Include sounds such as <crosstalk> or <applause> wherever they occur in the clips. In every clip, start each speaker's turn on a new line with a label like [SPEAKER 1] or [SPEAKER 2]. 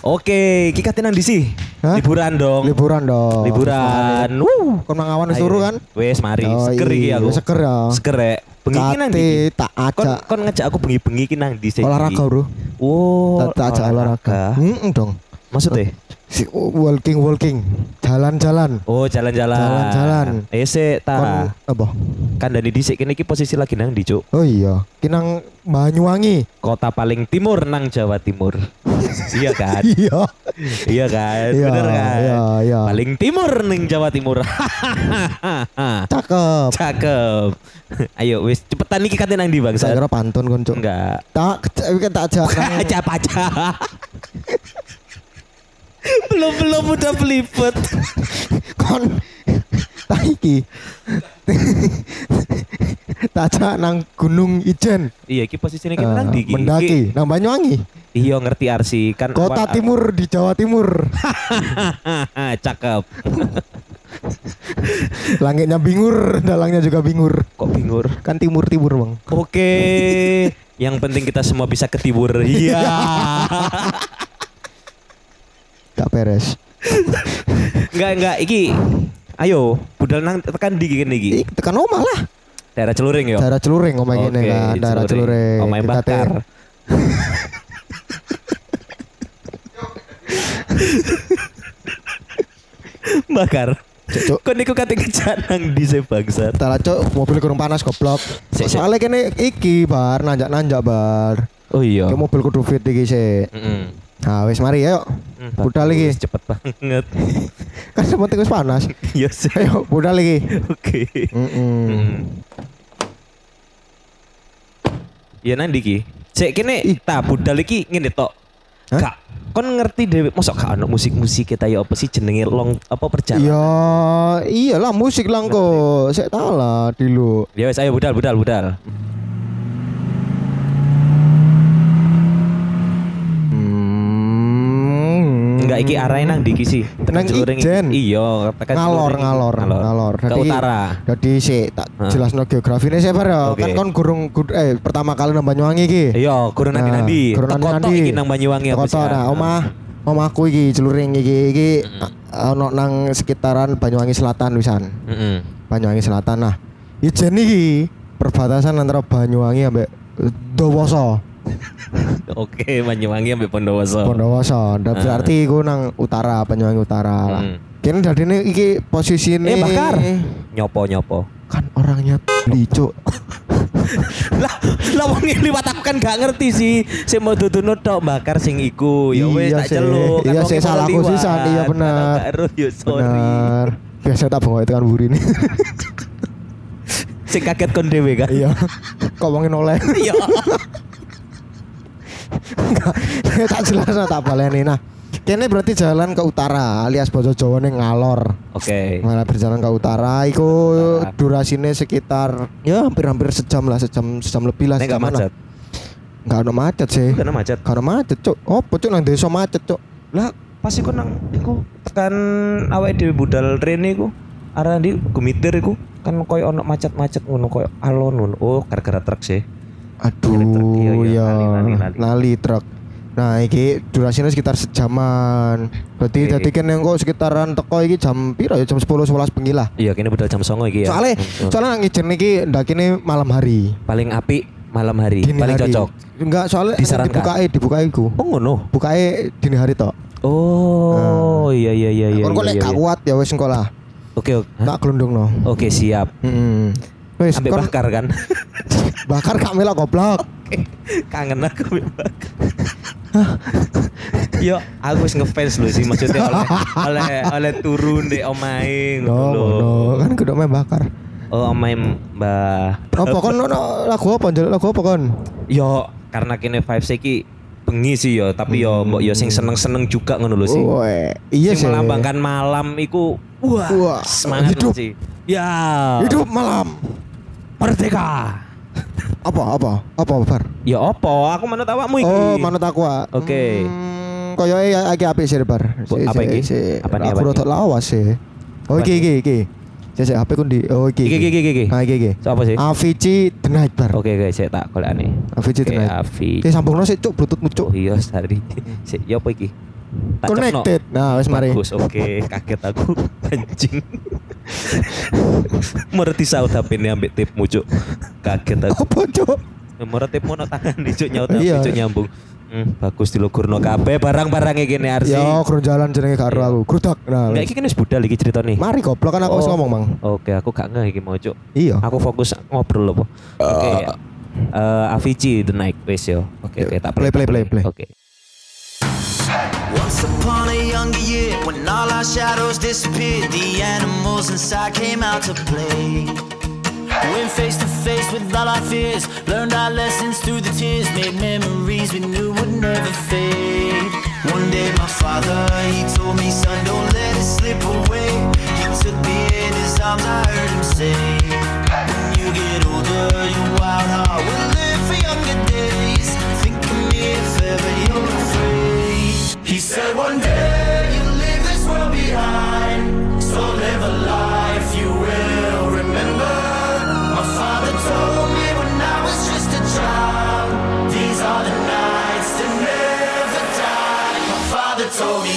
[SPEAKER 1] Oke, kita tenang di sih.
[SPEAKER 2] Hah? Oh,
[SPEAKER 1] Liburan dong.
[SPEAKER 2] Liburan dong.
[SPEAKER 1] Liburan. Wuh.
[SPEAKER 2] Kon mangawan wis turu kan?
[SPEAKER 1] Wes mari,
[SPEAKER 2] Yoi,
[SPEAKER 1] seger iki aku.
[SPEAKER 2] seger ya.
[SPEAKER 1] Seger rek. Bengi ki nang
[SPEAKER 2] Kate,
[SPEAKER 1] ndi?
[SPEAKER 2] tak ajak.
[SPEAKER 1] Kon kon ngejak aku bengi-bengi ki nang ndi sih?
[SPEAKER 2] Olahraga, Bro.
[SPEAKER 1] Oh,
[SPEAKER 2] Tak tak ajak olahraga. Heeh dong.
[SPEAKER 1] Maksudnya?
[SPEAKER 2] Si walking walking, jalan-jalan.
[SPEAKER 1] Oh, jalan-jalan.
[SPEAKER 2] Jalan-jalan.
[SPEAKER 1] Eh, sik ta.
[SPEAKER 2] apa?
[SPEAKER 1] Kan dari dhisik kene iki posisi lagi nang ndi, Cuk?
[SPEAKER 2] Oh iya, Kinang Banyuwangi.
[SPEAKER 1] Kota paling timur nang Jawa
[SPEAKER 2] <laughs>
[SPEAKER 1] Timur. iya kan?
[SPEAKER 2] Iya.
[SPEAKER 1] Iya kan?
[SPEAKER 2] Iya,
[SPEAKER 1] Bener kan?
[SPEAKER 2] iya, iya.
[SPEAKER 1] Paling timur nang Jawa Timur. <laughs>
[SPEAKER 2] Cakep.
[SPEAKER 1] Cakep. <laughs> Ayo wis cepetan iki kate nang ndi, Bang?
[SPEAKER 2] Saya kira pantun kon, Cuk.
[SPEAKER 1] Enggak.
[SPEAKER 2] Tak kan tak
[SPEAKER 1] <laughs>
[SPEAKER 2] ajak. nang-
[SPEAKER 1] Aja paca. <laughs> belum belum udah
[SPEAKER 2] <laughs>
[SPEAKER 1] pelipet.
[SPEAKER 2] kon <laughs> tak iki. <laughs> tak ajak nang Gunung Ijen.
[SPEAKER 1] iya, iki posisinya
[SPEAKER 2] Eh,
[SPEAKER 1] kita nang di iki.
[SPEAKER 2] mendaki nang Banyuwangi.
[SPEAKER 1] Iya ngerti Arsi kan
[SPEAKER 2] Kota
[SPEAKER 1] awal-
[SPEAKER 2] Timur di Jawa <laughs> Timur.
[SPEAKER 1] <laughs> Cakep.
[SPEAKER 2] Langitnya bingur, dalangnya juga bingur.
[SPEAKER 1] Kok bingur?
[SPEAKER 2] Kan timur-timur, Bang.
[SPEAKER 1] Oke. Yang penting kita semua bisa ke timur.
[SPEAKER 2] <laughs>
[SPEAKER 1] Iya.
[SPEAKER 2] Tak beres.
[SPEAKER 1] Enggak enggak iki. Ayo, budal nang tekan di kene iki.
[SPEAKER 2] Ih, tekan omah lah.
[SPEAKER 1] Daerah Celuring yo.
[SPEAKER 2] Daerah celuring omah
[SPEAKER 1] Oke,
[SPEAKER 2] gini kan, daerah celuring.
[SPEAKER 1] Omahe
[SPEAKER 2] Kita
[SPEAKER 1] bakar.
[SPEAKER 2] teh-
[SPEAKER 1] bakar.
[SPEAKER 2] Cuk, cuk.
[SPEAKER 1] Kok niku kate kejanang di se bangsat.
[SPEAKER 2] Tak lah, Cuk, mobil kurang panas goblok.
[SPEAKER 1] Sik, sik.
[SPEAKER 2] Soalnya kene iki bar nanjak-nanjak bar.
[SPEAKER 1] Oh iya.
[SPEAKER 2] Ke mobil kudu fit iki sik.
[SPEAKER 1] Heeh.
[SPEAKER 2] Nah, wis mari ayo. <laughs>
[SPEAKER 1] Hmm,
[SPEAKER 2] Budal
[SPEAKER 1] bagus,
[SPEAKER 2] iki.
[SPEAKER 1] cepet banget. <laughs>
[SPEAKER 2] Kan sementing wis <laughs> panas.
[SPEAKER 1] Iya sih.
[SPEAKER 2] Ayo, budal iki.
[SPEAKER 1] Oke.
[SPEAKER 2] Heeh.
[SPEAKER 1] Hmm. Ya nanti ki. Cek kene
[SPEAKER 2] Ih.
[SPEAKER 1] ta budal iki ngene tok.
[SPEAKER 2] Hah?
[SPEAKER 1] Gak kon ngerti dhewe mosok gak ono musik-musik kita ya apa sih jenenge long apa perjalanan.
[SPEAKER 2] Ya, iyalah musik langko. Sik tau lah dulu.
[SPEAKER 1] Ya wes ayo budal budal budal.
[SPEAKER 2] Hmm.
[SPEAKER 1] Enggak iki arahnya nang ndi iki sih. Tekan
[SPEAKER 2] Nang
[SPEAKER 1] Celuring iki.
[SPEAKER 2] Ijen.
[SPEAKER 1] Iya, tekan
[SPEAKER 2] ngalor
[SPEAKER 1] Celuring iki.
[SPEAKER 2] ngalor ngalor
[SPEAKER 1] Ke
[SPEAKER 2] Dadi-
[SPEAKER 1] utara.
[SPEAKER 2] dadi sik tak
[SPEAKER 1] Hah.
[SPEAKER 2] jelasno geografine sik Bar, ya
[SPEAKER 1] Oke.
[SPEAKER 2] kan kon gurung gud- eh pertama kali nang Banyuwangi iki
[SPEAKER 1] Iya, kurang nanti
[SPEAKER 2] Nah,
[SPEAKER 1] nanti.
[SPEAKER 2] gurung
[SPEAKER 1] Teko tok
[SPEAKER 2] nandi
[SPEAKER 1] iki nang Banyuwangi apa sih?
[SPEAKER 2] nah
[SPEAKER 1] Ah.
[SPEAKER 2] omah omahku iki celuring iki iki
[SPEAKER 1] Hmm.
[SPEAKER 2] a- ono nang sekitaran Banyuwangi Selatan wisan
[SPEAKER 1] Mm-mm. <laughs>
[SPEAKER 2] Banyuwangi Selatan nah ijen iki perbatasan antara Banyuwangi ambek Dowoso
[SPEAKER 1] Oke, Banyuwangi ambek Bondowoso.
[SPEAKER 2] Bondowoso Nda-
[SPEAKER 1] Ah.
[SPEAKER 2] berarti iku nang utara Banyuwangi utara lah
[SPEAKER 1] Hmm.
[SPEAKER 2] kene dadine iki posisine
[SPEAKER 1] Eh, bakar. Nyopo nyopo. <laughs>
[SPEAKER 2] kan orangnya licuk
[SPEAKER 1] lah, lah wong yang liwat aku kan gak ngerti sih. Sing mau duduno tok bakar sing iku. Ya wes
[SPEAKER 2] Iya
[SPEAKER 1] tak
[SPEAKER 2] sih.
[SPEAKER 1] celuk. Kan wong
[SPEAKER 2] Iya sih,
[SPEAKER 1] yang mau
[SPEAKER 2] salahku
[SPEAKER 1] liwat.
[SPEAKER 2] sisan. Iya, bener.
[SPEAKER 1] Kalau gak eruh, ya <laughs> sorry.
[SPEAKER 2] Benar. Biasa tak bawa kan tekan buri ini.
[SPEAKER 1] Sing kaget kon dhewe kan.
[SPEAKER 2] <laughs> iya. Kok ngomongin oleh.
[SPEAKER 1] <laughs> Iya.
[SPEAKER 2] Enggak. <laughs> tak jelas tak baleni nah. Kene berarti jalan ke utara alias bojo Jawa nih ngalor.
[SPEAKER 1] Oke.
[SPEAKER 2] Malah berjalan ke utara iku durasinya sekitar ya hampir-hampir sejam lah, sejam sejam lebih lah.
[SPEAKER 1] Nek gak
[SPEAKER 2] sejaman lah.
[SPEAKER 1] macet.
[SPEAKER 2] Enggak ada macet sih.
[SPEAKER 1] Karena macet.
[SPEAKER 2] Enggak ada macet, Cuk. Oh, Cuk nang desa macet, Cuk.
[SPEAKER 1] Lah, pas iku nang iku tekan awake dhewe budal rene iku. Arah ndi gumitir iku kan koyo ono macet-macet ngono koyo alon ngono. Oh, gara-gara truk sih. truk, iya,
[SPEAKER 2] Aduh,
[SPEAKER 1] iya.
[SPEAKER 2] ya.
[SPEAKER 1] Lali, lali, lali.
[SPEAKER 2] Lali truk. Nah, iki durasinya sekitar sejaman. Berarti
[SPEAKER 1] Oke.
[SPEAKER 2] dadi kene engko sekitaran teko iki jam piro ya? Jam 10 11 bengi lah.
[SPEAKER 1] Iya, kene budal jam 09.00 iki ya.
[SPEAKER 2] Soalnya
[SPEAKER 1] Hmm.
[SPEAKER 2] soalnya nang ijen iki ndak kene malam hari.
[SPEAKER 1] paling api malam hari,
[SPEAKER 2] Dini
[SPEAKER 1] Iya, paling
[SPEAKER 2] hari.
[SPEAKER 1] cocok.
[SPEAKER 2] Enggak, soalnya
[SPEAKER 1] Disarankan.
[SPEAKER 2] dibukae dibukae iku.
[SPEAKER 1] Oh ngono.
[SPEAKER 2] Bukae dini hari tok.
[SPEAKER 1] Oh, iya iya iya iya.
[SPEAKER 2] Ah. Kon kok
[SPEAKER 1] iya,
[SPEAKER 2] lek
[SPEAKER 1] iya.
[SPEAKER 2] gak kuat ya wis engko lah.
[SPEAKER 1] Oke oke. Hah?
[SPEAKER 2] Tak gelundungno.
[SPEAKER 1] Oke, siap.
[SPEAKER 2] Heeh. Wis
[SPEAKER 1] Ambek
[SPEAKER 2] kon
[SPEAKER 1] bakar kan.
[SPEAKER 2] <laughs>
[SPEAKER 1] <laughs>
[SPEAKER 2] bakar gak melok goblok.
[SPEAKER 1] Kangen aku ambek
[SPEAKER 2] <laughs>
[SPEAKER 1] bakar. Yo, aku wis ngefans lho sih maksudnya oleh oleh oleh turun deh omae ngono
[SPEAKER 2] No,
[SPEAKER 1] lho.
[SPEAKER 2] no, kan kudu main bakar.
[SPEAKER 1] Oh, omae Mbah.
[SPEAKER 2] Apa kon ono lagu apa? Njaluk lagu apa kon?
[SPEAKER 1] Yo, karena kene vibes iki bengi sih yo, tapi yo mbok yo sing seneng-seneng juga ngono lho sih.
[SPEAKER 2] Woe, Hmm. iya
[SPEAKER 1] sing
[SPEAKER 2] sih.
[SPEAKER 1] melambangkan malam iku wah,
[SPEAKER 2] Wah,
[SPEAKER 1] semangat
[SPEAKER 2] hidup.
[SPEAKER 1] hidup. sih. Ya.
[SPEAKER 2] Hidup malam.
[SPEAKER 1] merdeka.
[SPEAKER 2] Apa apa? Apa Bar?
[SPEAKER 1] Ya opo, aku manut awakmu iki.
[SPEAKER 2] Oh, manut aku. ah.
[SPEAKER 1] Oke.
[SPEAKER 2] Hmm, koyoke ya iki apik sih Bar.
[SPEAKER 1] Bu, apa iki? Apa nih, apa
[SPEAKER 2] Aku
[SPEAKER 1] iki?
[SPEAKER 2] rotok lawas sih. Oh
[SPEAKER 1] Apa
[SPEAKER 2] iki
[SPEAKER 1] nih?
[SPEAKER 2] iki iki. Sik sik HP ku ndi? Oh iki.
[SPEAKER 1] Iki, iki, iki, iki.
[SPEAKER 2] Ah iki iki.
[SPEAKER 1] Siapa sih?
[SPEAKER 2] Avicii The Night Bar.
[SPEAKER 1] Oke, guys, saya tak golekane.
[SPEAKER 2] Avicii The
[SPEAKER 1] Oke,
[SPEAKER 2] Night.
[SPEAKER 1] Avi. <laughs>
[SPEAKER 2] Oke, sambungno sik cuk bluetoothmu cuk.
[SPEAKER 1] Oh iya, sari. Sik, ya apa iki? Tak cepno.
[SPEAKER 2] Connected. Nah, wes mari.
[SPEAKER 1] Bagus, oke. Kaget aku. <laughs> Anjing. Merti saut HP ini ambek tipmu, Cuk. Kaget aku.
[SPEAKER 2] Apa, Cuk?
[SPEAKER 1] Merti tipmu no tangan di Cuk nyaut
[SPEAKER 2] Iya.
[SPEAKER 1] HP Cuk nyambung. Hmm, bagus dilugurno kabeh barang-barangnya gini Arsi.
[SPEAKER 2] Ya, kurun jalan jenenge gak ero aku. Grudak. Nah,
[SPEAKER 1] Iya. Enggak iki kan wis budal iki ceritane.
[SPEAKER 2] mari goblok kan aku wis
[SPEAKER 1] Oh.
[SPEAKER 2] ngomong, Mang.
[SPEAKER 1] Oke, aku gak ngeh iki mau, Cuk.
[SPEAKER 2] Iya.
[SPEAKER 1] Aku fokus ngobrol apa. Oke. ya. Eh, Avicii The Night wis yo. Oke, oke, tak
[SPEAKER 2] Play, play, play, play.
[SPEAKER 1] Oke.
[SPEAKER 3] Once upon a younger year, when all our shadows disappeared, the animals inside came out to play. Went face to face with all our fears, learned our lessons through the tears, made memories we knew would never fade. One day my father, he told me, son, don't let it slip away. He took me in his arms, I heard him say, When you get older, your wild heart will live for younger days. Think of me if ever you're afraid. He said, One day you'll leave this world behind, so live a life you will remember. My father told me when I was just a child, these are the nights to never die. My father told me.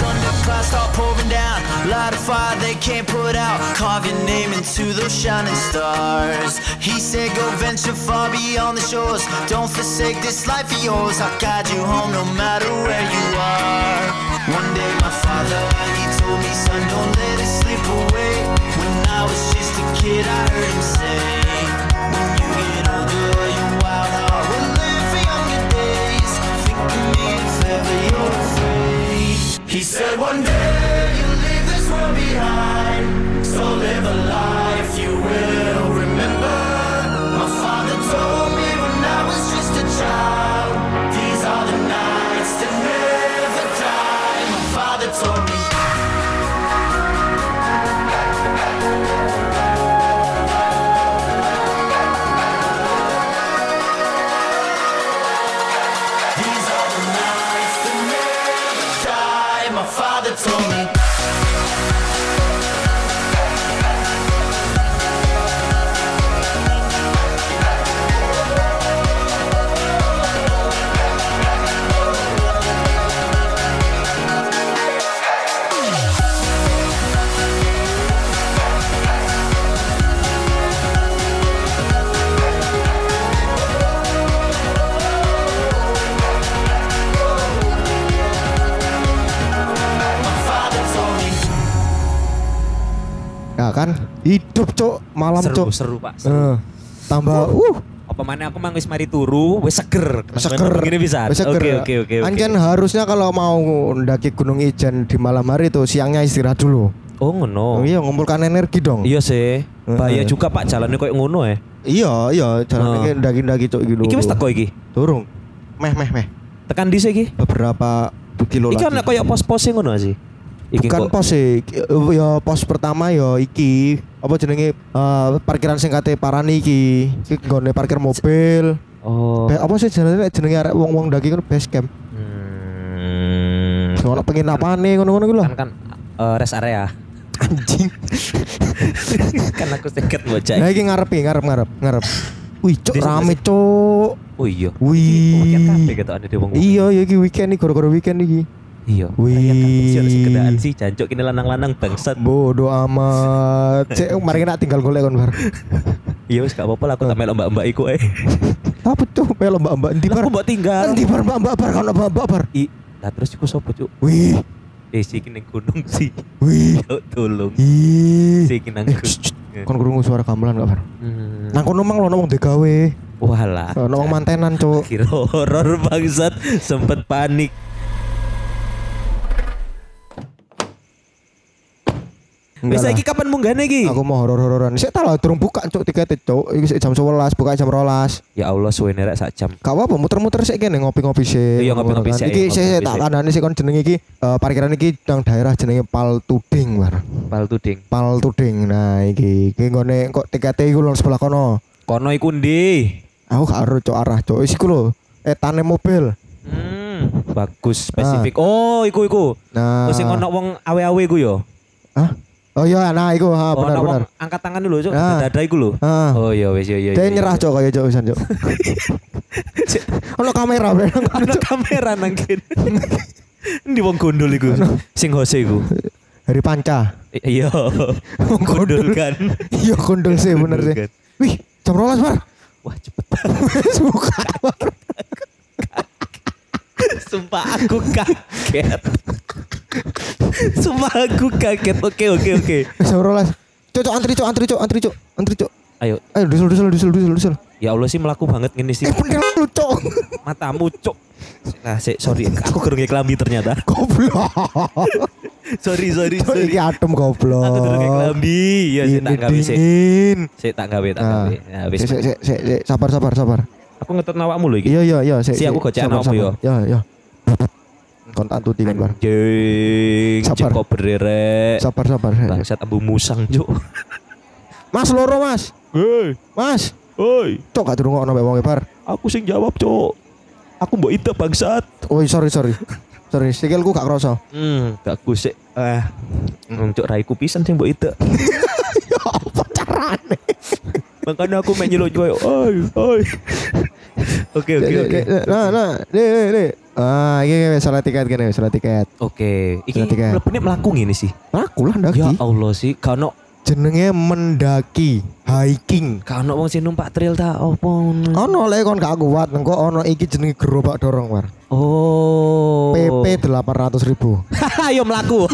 [SPEAKER 3] thunder clouds start pouring down. Light a fire they can't put out. Carve your name into those shining stars. He said, Go venture far beyond the shores. Don't forsake this life of yours. I'll guide you home no matter where you are. One day, my father, he told me, Son, don't let it slip away. When I was just a kid, I heard him say, When you get older, your wild heart will live for younger days. Think of me if ever you're afraid. He said one day you'll leave this world behind. So live a life you will remember. My father told me when I was just a child. These are the nights to never die. My father told me. These are the nights to never die. My father told me. My father told me.
[SPEAKER 2] Ya kan? Hidup, Cuk. Malam,
[SPEAKER 1] Seru,
[SPEAKER 2] Cuk.
[SPEAKER 1] seru, Pak. Seru.
[SPEAKER 2] Eh, tambah uh
[SPEAKER 1] apa mana aku mang wis mari turu wis seger Kenapa
[SPEAKER 2] seger
[SPEAKER 1] emang begini bisa
[SPEAKER 2] Wis
[SPEAKER 1] oke
[SPEAKER 2] seger.
[SPEAKER 1] oke oke oke.
[SPEAKER 2] Anjen harusnya kalau mau mendaki Gunung Ijen di malam hari itu siangnya istirahat dulu
[SPEAKER 1] oh ngono
[SPEAKER 2] iya ngumpulkan energi dong
[SPEAKER 1] iya sih
[SPEAKER 2] Heeh.
[SPEAKER 1] bahaya juga pak jalannya kayak ngono ya
[SPEAKER 2] iya iya
[SPEAKER 1] Nah.
[SPEAKER 2] jalan ini mendaki-mendaki cok gitu
[SPEAKER 1] iki wis teko iki
[SPEAKER 2] turun meh meh meh
[SPEAKER 1] tekan di iki
[SPEAKER 2] beberapa kilo
[SPEAKER 1] iki
[SPEAKER 2] lagi
[SPEAKER 1] ana kayak pos-pos ngono gak sih iki kok
[SPEAKER 2] bukan pos sih Ki- eh, ya pos pertama ya iki apa jenenge eh, parkiran singkatnya parani iki iki nggone parkir mobil
[SPEAKER 1] oh
[SPEAKER 2] Be- apa sih jenenge jenenge arek wong-wong daki kan base camp
[SPEAKER 1] hmm.
[SPEAKER 2] ono penginapane ngono-ngono iki lho
[SPEAKER 1] kan kan eh, rest area <laughs>
[SPEAKER 2] anjing
[SPEAKER 1] kan aku seket bocah
[SPEAKER 2] Nah iki ngarep iki, ngarep ngarep
[SPEAKER 1] <laughs>
[SPEAKER 2] ngarep. Wih cuk
[SPEAKER 1] Desa-
[SPEAKER 2] rame cuk.
[SPEAKER 1] oh iya
[SPEAKER 2] Wih.
[SPEAKER 1] Weekend kabeh gitu ada di wong
[SPEAKER 2] Iya ya iki weekend iki gara-gara weekend iki.
[SPEAKER 1] iya
[SPEAKER 2] Wih.
[SPEAKER 1] Kayak kabeh sih, ada sih kendaan sih jancuk kini lanang-lanang bangsat
[SPEAKER 2] Bodoh amat. Cek
[SPEAKER 1] <laughs>
[SPEAKER 2] mari nak tinggal golek kon bar.
[SPEAKER 1] iya wis gak apa-apa lah aku tak melok mbak-mbak iku eh
[SPEAKER 2] Apa tuh melo mbak-mbak endi
[SPEAKER 1] Lah,
[SPEAKER 2] bar?
[SPEAKER 1] aku mbak tinggal
[SPEAKER 2] Endi bar mbak-mbak bar kono mbak-mbak bar.
[SPEAKER 1] I, lah terus iku sopo cuk?
[SPEAKER 2] Wih.
[SPEAKER 1] Eh si iki ning gunung sih.
[SPEAKER 2] Wih.
[SPEAKER 1] Yo tolong. Si
[SPEAKER 2] Ih.
[SPEAKER 1] iki nang
[SPEAKER 2] Eh,
[SPEAKER 1] gunung.
[SPEAKER 2] shh, shh. Kon krungu suara gamelan gak bar?
[SPEAKER 1] Hmm.
[SPEAKER 2] Nang kono mang lono wong degawe.
[SPEAKER 1] Walah.
[SPEAKER 2] Ono wong mantenan cuk.
[SPEAKER 1] Kira horor bangsat sempet panik. Wis
[SPEAKER 2] Enggak
[SPEAKER 1] saiki kapan munggahne iki?
[SPEAKER 2] Aku mau horor-hororan. Sik tak lah durung buka cuk tiket cuk. Iki sik jam 11, buka jam 12.
[SPEAKER 1] Ya Allah suwene rek sak jam.
[SPEAKER 2] Gak apa-apa muter-muter sik kene ngopi-ngopi sik.
[SPEAKER 1] Iya, ngopi-ngopi
[SPEAKER 2] Kan.
[SPEAKER 1] sik,
[SPEAKER 2] Iki sik sik
[SPEAKER 1] ngopi-ngopi
[SPEAKER 2] tak
[SPEAKER 1] sik.
[SPEAKER 2] kandhani sik kon jenenge iki eh, parkiran iki nang daerah jenenge Paltuding bar.
[SPEAKER 1] Pal tuding.
[SPEAKER 2] Paltuding. Nah iki iki nggone kok tikete iku lho sebelah kono.
[SPEAKER 1] Kono iku ndi?
[SPEAKER 2] Aku gak ero cuk arah cuk. Wis iku lho etane mobil.
[SPEAKER 1] Hmm,
[SPEAKER 2] Ah.
[SPEAKER 1] bagus spesifik. Oh, iku iku.
[SPEAKER 2] Nah.
[SPEAKER 1] Terus sing ono wong awe-awe iku yo.
[SPEAKER 2] Hah? Oh iya nah iku ha
[SPEAKER 1] Ono wong
[SPEAKER 2] benar-benar.
[SPEAKER 1] angkat tangan dulu, Cuk.
[SPEAKER 2] Ah.
[SPEAKER 1] Dada iku lho.
[SPEAKER 2] Ah.
[SPEAKER 1] Oh iya wis yo yo.
[SPEAKER 2] Dia nyerah cok kaya cok
[SPEAKER 1] <laughs>
[SPEAKER 2] wisan cok. Ono kamera ben.
[SPEAKER 1] Ono kamera nang kene. <laughs> Ndi wong gondol
[SPEAKER 2] <laughs>
[SPEAKER 1] iku? Sing hose iku.
[SPEAKER 2] Hari panca.
[SPEAKER 1] I-
[SPEAKER 2] <laughs>
[SPEAKER 1] Iya. Wong gondol kan.
[SPEAKER 2] Iya kondol sih bener sih.
[SPEAKER 1] Kondol, kan.
[SPEAKER 2] Wih, jam 12, Mar. <laughs>
[SPEAKER 1] Wah, cepet banget.
[SPEAKER 2] Wis buka. Mar.
[SPEAKER 1] Sumpah aku kaget. Sumpah aku kaget. Oke, oke, oke.
[SPEAKER 2] Eh, Jam 12. Cok, cok antri cok, antri cok, antri cok, antri cok. Eh,
[SPEAKER 1] Ayo,
[SPEAKER 2] Ayo dusul dusul dusul dusul dusul.
[SPEAKER 1] ya Allah sih melaku banget ngene sih.
[SPEAKER 2] Eh bener lu cok. <laughs>
[SPEAKER 1] Matamu cuk. Nah, sik, sorry, aku gerung kelambi ternyata.
[SPEAKER 2] Goblok.
[SPEAKER 1] sorry, sorry,
[SPEAKER 2] Cok
[SPEAKER 1] sorry.
[SPEAKER 2] iki adem goblok.
[SPEAKER 1] Aku durung kelambi. Ya sik tak
[SPEAKER 2] ya Ini
[SPEAKER 1] gawe sik.
[SPEAKER 2] dingin.
[SPEAKER 1] Sik tak gawe, tak
[SPEAKER 2] Nah.
[SPEAKER 1] gawe. Nah, wis.
[SPEAKER 2] Sik sik sik, sik sik sabar sabar sabar.
[SPEAKER 1] Aku ngetet awakmu lho iki.
[SPEAKER 2] Iya iya iya sik.
[SPEAKER 1] Si, aku gocek
[SPEAKER 2] sabar,
[SPEAKER 1] anakmu,
[SPEAKER 2] sabar.
[SPEAKER 1] yo.
[SPEAKER 2] Iya iya. Kontak tuh dingin bar.
[SPEAKER 1] Anjing,
[SPEAKER 2] Sabar.
[SPEAKER 1] cek kobere rek.
[SPEAKER 2] Sabar sabar.
[SPEAKER 1] Bangsat ambu musang, cuk.
[SPEAKER 2] Mas loro Mas.
[SPEAKER 1] Hei,
[SPEAKER 2] Mas.
[SPEAKER 1] hei,
[SPEAKER 2] Cok gak durung ngono wong e, bar.
[SPEAKER 1] aku sing jawab, cuk. Aku mbok ide bangsat.
[SPEAKER 2] Oi Oh, iya, sorry sorry. Sorry, sikilku gak kroso.
[SPEAKER 1] Hmm, gak gusik. Eh, cuk raiku pisan sing mbok ide.
[SPEAKER 2] Ya apa carane?
[SPEAKER 1] Makanya aku main nyeluk koyo, oi, oi. Oke, oke, oke.
[SPEAKER 2] Nah, nah, nih, nih, nih. Ah, iki iki, salah tiket kene, salah tiket.
[SPEAKER 1] Oke, iki
[SPEAKER 2] Berarti kan.
[SPEAKER 1] mlebene mlaku ngene sih.
[SPEAKER 2] Laku lah
[SPEAKER 1] Ya
[SPEAKER 2] ndaki.
[SPEAKER 1] Allah sih, gak ono
[SPEAKER 2] Jenenge mendaki, hiking.
[SPEAKER 1] gak ono wong sing numpak trail ta opo.
[SPEAKER 2] Ono le kon gak kuat, engko ono iki jenenge gerobak dorong war.
[SPEAKER 1] Oh.
[SPEAKER 2] PP 800 ribu.
[SPEAKER 1] <laughs> Ayo mlaku.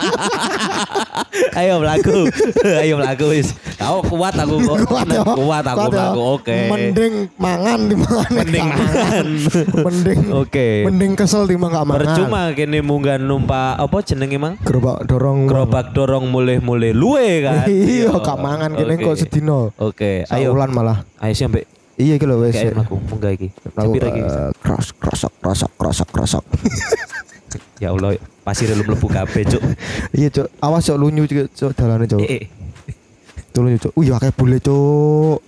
[SPEAKER 1] <laughs> Ayo mlaku. <laughs> Ayo mlaku wis. Aku kuat
[SPEAKER 2] <laughs>
[SPEAKER 1] aku kok.
[SPEAKER 2] ya.
[SPEAKER 1] Oh, Kuat aku
[SPEAKER 2] ya.
[SPEAKER 1] mlaku. Oke.
[SPEAKER 2] Mending mangan timbangan
[SPEAKER 1] Mending
[SPEAKER 2] gak
[SPEAKER 1] mangan.
[SPEAKER 2] <laughs> mending
[SPEAKER 1] Oke.
[SPEAKER 2] Mending kesel timbang gak mangan.
[SPEAKER 1] Percuma kene munggah numpak apa jenenge Mang?
[SPEAKER 2] gerobak dorong.
[SPEAKER 1] Gerobak dorong mulih-mulih luwe kan.
[SPEAKER 2] <laughs> Iya, gak mangan kene
[SPEAKER 1] Oke.
[SPEAKER 2] kok sedino.
[SPEAKER 1] Oke, ayo.
[SPEAKER 2] Saulan malah.
[SPEAKER 1] Ayo sih ambek
[SPEAKER 2] Iya iki lho wis.
[SPEAKER 1] kayak mlaku munggah iki.
[SPEAKER 2] Lagu,
[SPEAKER 1] Cepir iki.
[SPEAKER 2] eh, Kros krosok krosok krosok krosok. <laughs>
[SPEAKER 1] Ya Allah, pasir lu mlebu kabeh,
[SPEAKER 2] <laughs>
[SPEAKER 1] Cuk.
[SPEAKER 2] Iya cok, awas cok lunyu cok cok dalane cok.
[SPEAKER 1] Eh, eh.
[SPEAKER 2] Cok lunyu cok. Wih akeh bule cok.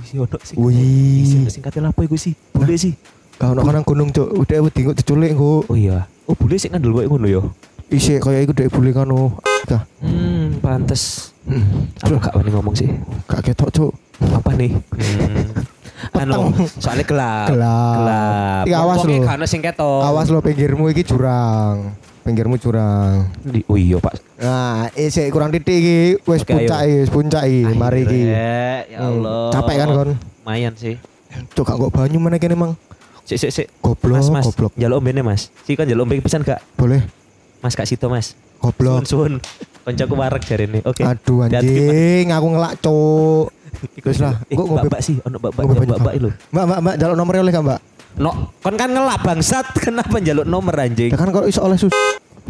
[SPEAKER 1] Sisi ono sing.
[SPEAKER 2] Wih.
[SPEAKER 1] Sisi ono sing katanya lapo iku sih? Bule sih.
[SPEAKER 2] Kau nak orang gunung cok. Udah aku tinggal diculik kok.
[SPEAKER 1] Oh iya. Oh, bule sih ngandel wae ngono ya.
[SPEAKER 2] Isi kaya iku dek bule kanu. Kah.
[SPEAKER 1] Hmm, pantes. Hmm. Aku gak wani ngomong sih.
[SPEAKER 2] Gak ketok cok.
[SPEAKER 1] Apa nih?
[SPEAKER 2] <laughs>
[SPEAKER 1] anu, soalnya gelap.
[SPEAKER 2] Gelap.
[SPEAKER 1] Gelap.
[SPEAKER 2] Ih, awas
[SPEAKER 1] Pokoknya
[SPEAKER 2] lu.
[SPEAKER 1] gak ono sing ketok.
[SPEAKER 2] Awas lo pinggirmu iki jurang. Pinggirmu jurang.
[SPEAKER 1] Di- Oh iya, Pak.
[SPEAKER 2] Nah, isi kurang titik iki. Wes
[SPEAKER 1] Oke, ayo.
[SPEAKER 2] puncak iki, wes puncak iki. Mari iki.
[SPEAKER 1] Akhirnya, Ya Allah.
[SPEAKER 2] Hmm, capek kan, Kon?
[SPEAKER 1] Lumayan sih.
[SPEAKER 2] Cok gak kok banyu mana kene mang.
[SPEAKER 1] Sik sik sik.
[SPEAKER 2] Goblok,
[SPEAKER 1] Mas, mas,
[SPEAKER 2] goblok.
[SPEAKER 1] Jaluk ombene, Mas. Si kan jaluk ombe pisan gak?
[SPEAKER 2] Boleh.
[SPEAKER 1] Mas gak sito, Mas.
[SPEAKER 2] Goblok.
[SPEAKER 1] Suwun-suwun. Koncoku wareg jarene. Oke.
[SPEAKER 2] Aduh
[SPEAKER 1] Hati-hati, Mas.
[SPEAKER 2] anjing, aku ngelak cok. Terus lah,
[SPEAKER 1] Eh,
[SPEAKER 2] kok ngopi-
[SPEAKER 1] mbak-mbak sih, ono mbak-mbak,
[SPEAKER 2] Mbak,
[SPEAKER 1] jam mbak-mbak lho.
[SPEAKER 2] Mbak, mbak, mbak, jaluk nomornya oleh gak mbak?
[SPEAKER 1] No, kon kan ngelak bangsat, <laughs> kenapa njaluk nomor anjing?
[SPEAKER 2] Ya kan kalau iso oleh sus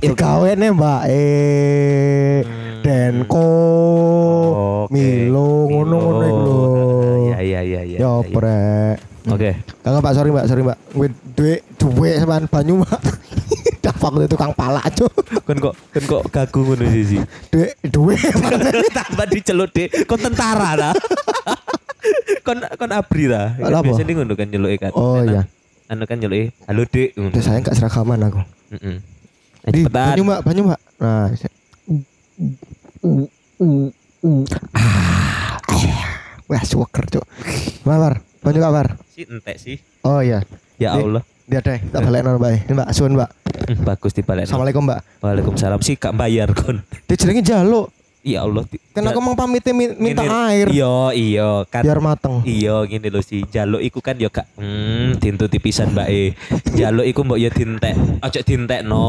[SPEAKER 1] Iya.
[SPEAKER 2] Digawe nih mbak eh Denko
[SPEAKER 1] Oke.
[SPEAKER 2] Oh, Milo ngono ngono iku lho
[SPEAKER 1] Ya ya ya ya.
[SPEAKER 2] Ya
[SPEAKER 1] ya, ya.
[SPEAKER 2] oprek
[SPEAKER 1] Oke.
[SPEAKER 2] Kakak mbak sorry mbak sorry mbak Gue duwe duwe sama banyu mbak <laughs> Dah waktu itu tukang palak cuk
[SPEAKER 1] Kon kok kon kok gagu ngono sih sih.
[SPEAKER 2] Duwe duwe <laughs>
[SPEAKER 1] Tambah diceluk deh, kon tentara lah. kon kon abri lah.
[SPEAKER 2] Lah, apa?
[SPEAKER 1] Biasanya ngono kan nyeluke kan.
[SPEAKER 2] Oh,
[SPEAKER 1] Anu-
[SPEAKER 2] iya.
[SPEAKER 1] Anu kan nyeluke, halo Dik. ngono.
[SPEAKER 2] Duh sayang gak seragaman aku
[SPEAKER 1] Heeh. Nah,
[SPEAKER 2] Di
[SPEAKER 1] Cepetan.
[SPEAKER 2] banyu mbak banyu mbak Nah se-
[SPEAKER 1] iya.
[SPEAKER 2] Ah. Wah suweker cuk Mawar banyu kabar
[SPEAKER 1] Si entek sih.
[SPEAKER 2] Oh iya
[SPEAKER 1] Ya
[SPEAKER 2] Dik.
[SPEAKER 1] Allah. Eh.
[SPEAKER 2] Dia deh, tak balik nol mbak. Ini mbak, suun mbak.
[SPEAKER 1] Hmm, Bagus dibalek.
[SPEAKER 2] Assalamualaikum mbak.
[SPEAKER 1] Waalaikumsalam sih gak bayar kon. <laughs>
[SPEAKER 2] Dia jenenge jalo.
[SPEAKER 1] Ya Allah. Dik.
[SPEAKER 2] Kan aku mau pamitnya min- minta
[SPEAKER 1] Ngene-
[SPEAKER 2] air.
[SPEAKER 1] Iya, iya. Kan
[SPEAKER 2] Biar mateng.
[SPEAKER 1] Iya ngene lho si jaluk iku kan ya gak hmm dintuti pisan mbake. E. Jaluk iku mbok ya dintek. Aja dintekno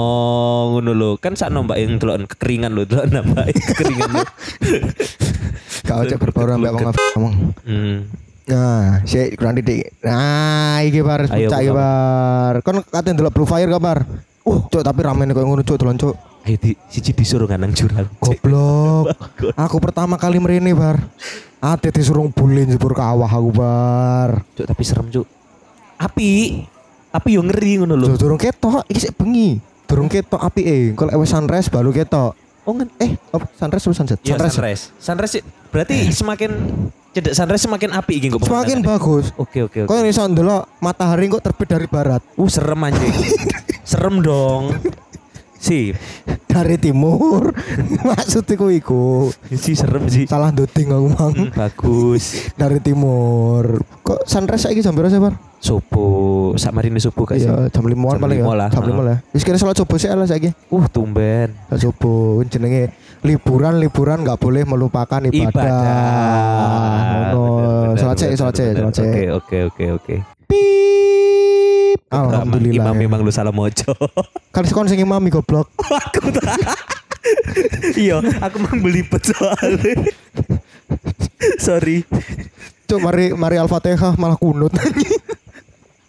[SPEAKER 1] ngono lho. Kan sakno mbake ndelok kekeringan lho delok mbake kekeringan <laughs> lho.
[SPEAKER 2] Gak ojek berbaur mbak wong af- ngomong.
[SPEAKER 1] Hmm.
[SPEAKER 2] Nah, sik kurang titik. Nah, iki bar
[SPEAKER 1] Ayo,
[SPEAKER 2] puncak
[SPEAKER 1] Bang.
[SPEAKER 2] iki
[SPEAKER 1] Oh.
[SPEAKER 2] bar. Kon kate ndelok Blue Fire kabar. Uh, cuk tapi ramen koyo ngono cuk dolan cuk.
[SPEAKER 1] Ayo di siji disuruh nang jurang. <laughs>
[SPEAKER 2] Goblok. aku pertama kali merene, Bar. Ate disuruh bulin jebur kawah aku, Bar.
[SPEAKER 1] Cuk tapi serem cuk. Api. Api yo ngeri ngono lho.
[SPEAKER 2] Loh, durung ketok, iki sik bengi. Durung ketok apike. Engko lek wis sunrise baru ketok.
[SPEAKER 1] Oh ngen
[SPEAKER 2] Eh, apa sunrise apa sunset?
[SPEAKER 1] Iya,
[SPEAKER 2] Sunrise. ya?
[SPEAKER 1] sunrise. Sunrise sih, berarti semakin cedek sunrise semakin api iki kok.
[SPEAKER 2] Semakin
[SPEAKER 1] pemandangannya.
[SPEAKER 2] bagus.
[SPEAKER 1] Oke oke Oh, iya, oke.
[SPEAKER 2] Kau yang iso ndelok matahari kok terbit dari barat, <laughs>
[SPEAKER 1] Uh serem <laughs> anjing. serem <laughs> dong. Si,
[SPEAKER 2] dari timur. <laughs> Maksudku iku.
[SPEAKER 1] si serem sih.
[SPEAKER 2] Salah doting aku mang.
[SPEAKER 1] Hmm, bagus.
[SPEAKER 2] Dari timur. Kok sunrise saiki jam berapa sih, Bar?
[SPEAKER 1] Subuh, sak marine subuh gak sih?
[SPEAKER 2] Iya, jam
[SPEAKER 1] Jam
[SPEAKER 2] 5-an paling ya.
[SPEAKER 1] lima lah,
[SPEAKER 2] Jam
[SPEAKER 1] ha.
[SPEAKER 2] 5 lah. Wis kira salat subuh sih lah saiki.
[SPEAKER 1] Uh, tumben.
[SPEAKER 2] Salat subuh kan jenenge liburan liburan nggak boleh melupakan ibadah.
[SPEAKER 1] Ibadah.
[SPEAKER 2] Ngono.
[SPEAKER 1] Bener, bener,
[SPEAKER 2] Salat sik,
[SPEAKER 1] bener,
[SPEAKER 2] salat sik,
[SPEAKER 1] bener.
[SPEAKER 2] salat sik.
[SPEAKER 1] Oke, oke, oke, oke.
[SPEAKER 2] Pip. Alhamdulillah.
[SPEAKER 1] Imam memang lu salah mojo. <laughs>
[SPEAKER 2] Kan sekon sing imami goblok.
[SPEAKER 1] aku tak. Iya, aku mang beli soalnya. Sorry.
[SPEAKER 2] Cuk mari mari Al-Fatihah malah kunut. <laughs>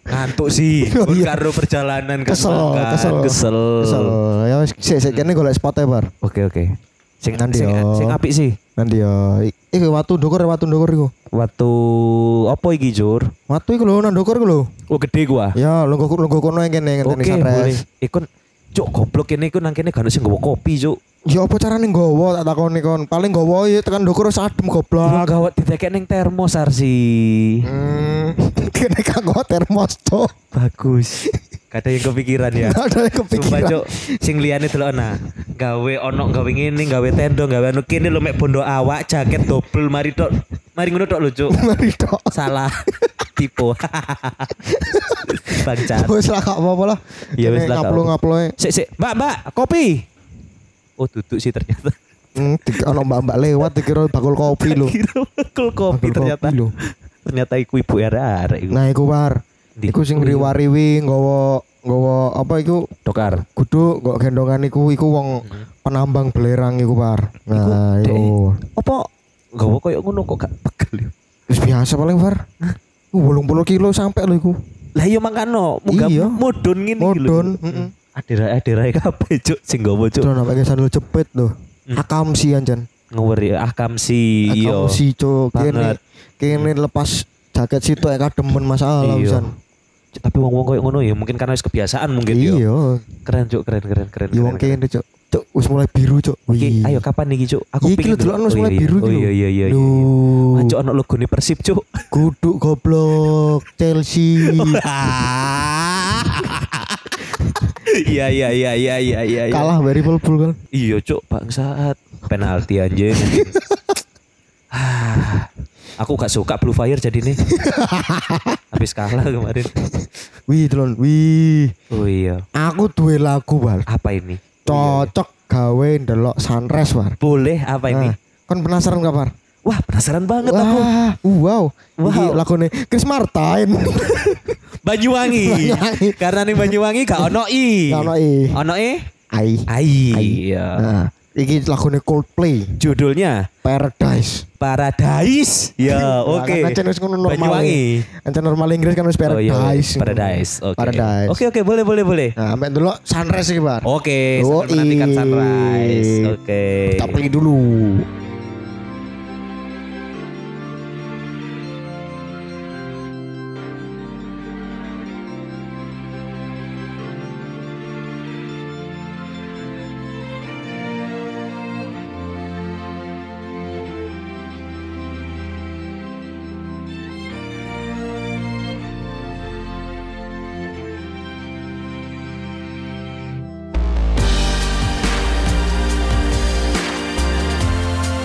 [SPEAKER 1] Ngantuk sih.
[SPEAKER 2] Oh, iya.
[SPEAKER 1] Karo perjalanan ke
[SPEAKER 2] kesel,
[SPEAKER 1] Makan,
[SPEAKER 2] kesel.
[SPEAKER 1] kesel.
[SPEAKER 2] Kesel. Ya wis sik sik kene golek spot e, Bar.
[SPEAKER 1] Oke, oke. Sing
[SPEAKER 2] Nanti
[SPEAKER 1] sing,
[SPEAKER 2] yo.
[SPEAKER 1] sing apik sih.
[SPEAKER 2] Nanti ya i- iki watu ndukur watu ndukur iku.
[SPEAKER 1] Waktu apa iki, Jur?
[SPEAKER 2] Watu iku lho nang ndukur iku lho.
[SPEAKER 1] Oh, gede gua.
[SPEAKER 2] Ya lungguh lungguh kono yang kene ngenteni
[SPEAKER 1] Oke,
[SPEAKER 2] sunrise.
[SPEAKER 1] boleh. Iku Cuk goblok ini iku nang kene gak ono sing nggawa kopi, Cuk.
[SPEAKER 2] Ya apa carane nggawa tak takoni kon. Paling nggawa ya tekan ndukur wis adem
[SPEAKER 1] Lu
[SPEAKER 2] goblok.
[SPEAKER 1] Iya, gawat ditekek ning termos Arsi.
[SPEAKER 2] Hmm, <laughs> kene kanggo termos to. <laughs>
[SPEAKER 1] Bagus. Kada yang kepikiran ya.
[SPEAKER 2] Ada yang
[SPEAKER 1] Sumpah
[SPEAKER 2] kepikiran.
[SPEAKER 1] cuk, sing liyane delok ana. Gawe ono gawe ngene, gawe tendo, gawe anu kene lho mek bondo awak, jaket dobel mari tok. Mari ngono tok lho,
[SPEAKER 2] <laughs>
[SPEAKER 1] Cuk.
[SPEAKER 2] Mari tok.
[SPEAKER 1] Salah. <laughs> Tipu. <laughs> Bangsat.
[SPEAKER 2] Wis lah gak apa-apa lah.
[SPEAKER 1] Ya, wis
[SPEAKER 2] Kene
[SPEAKER 1] lah, gak
[SPEAKER 2] Ngaplo-ngaplo. e.
[SPEAKER 1] Sik sik, Mbak, Mbak, kopi. Oh, duduk sih ternyata.
[SPEAKER 2] Hmm, dik- ono mbak-mbak lewat dikira bakul kopi
[SPEAKER 1] <laughs>
[SPEAKER 2] lho.
[SPEAKER 1] Kira bakul kopi
[SPEAKER 2] Bakul
[SPEAKER 1] ternyata.
[SPEAKER 2] lho.
[SPEAKER 1] <laughs> Ternyata iku ibu arek-arek iku.
[SPEAKER 2] Nah, iku war.
[SPEAKER 1] Di-
[SPEAKER 2] Iku
[SPEAKER 1] Oh,
[SPEAKER 2] sing
[SPEAKER 1] iya.
[SPEAKER 2] riwariwi nggawa nggawa apa iku
[SPEAKER 1] Dokar.
[SPEAKER 2] guduk kok gendongan iku iku wong penambang belerang iku par. Nah,
[SPEAKER 1] Mhm. Iku,
[SPEAKER 2] iku.
[SPEAKER 1] Apa gawe koyo ngono kok gak pegel ya?
[SPEAKER 2] Wis biasa paling var. Wolung puluh kilo sampai lho iku.
[SPEAKER 1] Lah iya mangkano, muga
[SPEAKER 2] Iya.
[SPEAKER 1] modon ngene iki lho.
[SPEAKER 2] Modon. Heeh.
[SPEAKER 1] Adirae-adirae kabeh cuk sing nggawa cuk.
[SPEAKER 2] Terus namanya sandal jepit lho.
[SPEAKER 1] Hmm.
[SPEAKER 2] Akam si anjan.
[SPEAKER 1] Ngeweri akam si iya.
[SPEAKER 2] Akam si cok. Kene
[SPEAKER 1] Banget.
[SPEAKER 2] kene lepas jaket situ ya kademen
[SPEAKER 1] Iya.
[SPEAKER 2] masalah pisan.
[SPEAKER 1] Cuk, Tapi wong-wong koyo ngono ya mungkin karena wis kebiasaan mungkin ya.
[SPEAKER 2] Iya.
[SPEAKER 1] Keren cuk, keren keren keren.
[SPEAKER 2] Yo wong
[SPEAKER 1] keren, keren.
[SPEAKER 2] kene cok. Cok wis mulai biru cok.
[SPEAKER 1] Ki,
[SPEAKER 2] Wih.
[SPEAKER 1] ayo kapan iki cuk? Aku
[SPEAKER 2] Iki lho
[SPEAKER 1] pingin
[SPEAKER 2] delokan wis
[SPEAKER 1] Oh,
[SPEAKER 2] mulai
[SPEAKER 1] iya,
[SPEAKER 2] biru iki
[SPEAKER 1] Oh
[SPEAKER 2] lho.
[SPEAKER 1] iya iya iya. iya.
[SPEAKER 2] Loh.
[SPEAKER 1] Ancuk ono logone Persib cuk. <laughs>
[SPEAKER 2] Guduk goblok Chelsea.
[SPEAKER 1] Iya iya iya iya iya iya. iya.
[SPEAKER 2] Kalah dari Liverpool kan.
[SPEAKER 1] Iya cuk bangsat. Penalti anjing. Ah, aku gak suka Blue Fire jadi nih. Habis kalah kemarin.
[SPEAKER 2] Wih, telon. Wih.
[SPEAKER 1] Oh iya.
[SPEAKER 2] Aku duwe lagu, Bar.
[SPEAKER 1] Apa ini?
[SPEAKER 2] Cocok gawe ndelok sunrise, Bar.
[SPEAKER 1] Boleh apa ini?
[SPEAKER 2] Nah, kon penasaran gak, Bar?
[SPEAKER 1] Wah penasaran banget aku.
[SPEAKER 2] Wah, uh, wow.
[SPEAKER 1] Wow.
[SPEAKER 2] Iki lagune Chris Martin. <laughs>
[SPEAKER 1] Banyuwangi.
[SPEAKER 2] Banyuwangi.
[SPEAKER 1] Karena nih Banyuwangi gak ono i.
[SPEAKER 2] Gak ono i.
[SPEAKER 1] Ono i?
[SPEAKER 2] Ai.
[SPEAKER 1] Ai.
[SPEAKER 2] Ai.
[SPEAKER 1] Iya.
[SPEAKER 2] Nah, iki lagune Coldplay,
[SPEAKER 1] Judulnya
[SPEAKER 2] Paradise.
[SPEAKER 1] Paradise. Ya,
[SPEAKER 2] Nah,
[SPEAKER 1] oke.
[SPEAKER 2] kan ancen wis ngono normal.
[SPEAKER 1] Banyuwangi.
[SPEAKER 2] Ancen normal Inggris kan wis
[SPEAKER 1] Oh iya,
[SPEAKER 2] Paradise.
[SPEAKER 1] Paradise. Oke.
[SPEAKER 2] Paradise.
[SPEAKER 1] Oke, oke, boleh, boleh, boleh.
[SPEAKER 2] Nah, ambek ndelok sunrise iki, Bar.
[SPEAKER 1] Oke,
[SPEAKER 2] Yoi.
[SPEAKER 1] sambil menantikan sunrise. Oke.
[SPEAKER 2] Kita play dulu.
[SPEAKER 4] Sunrise,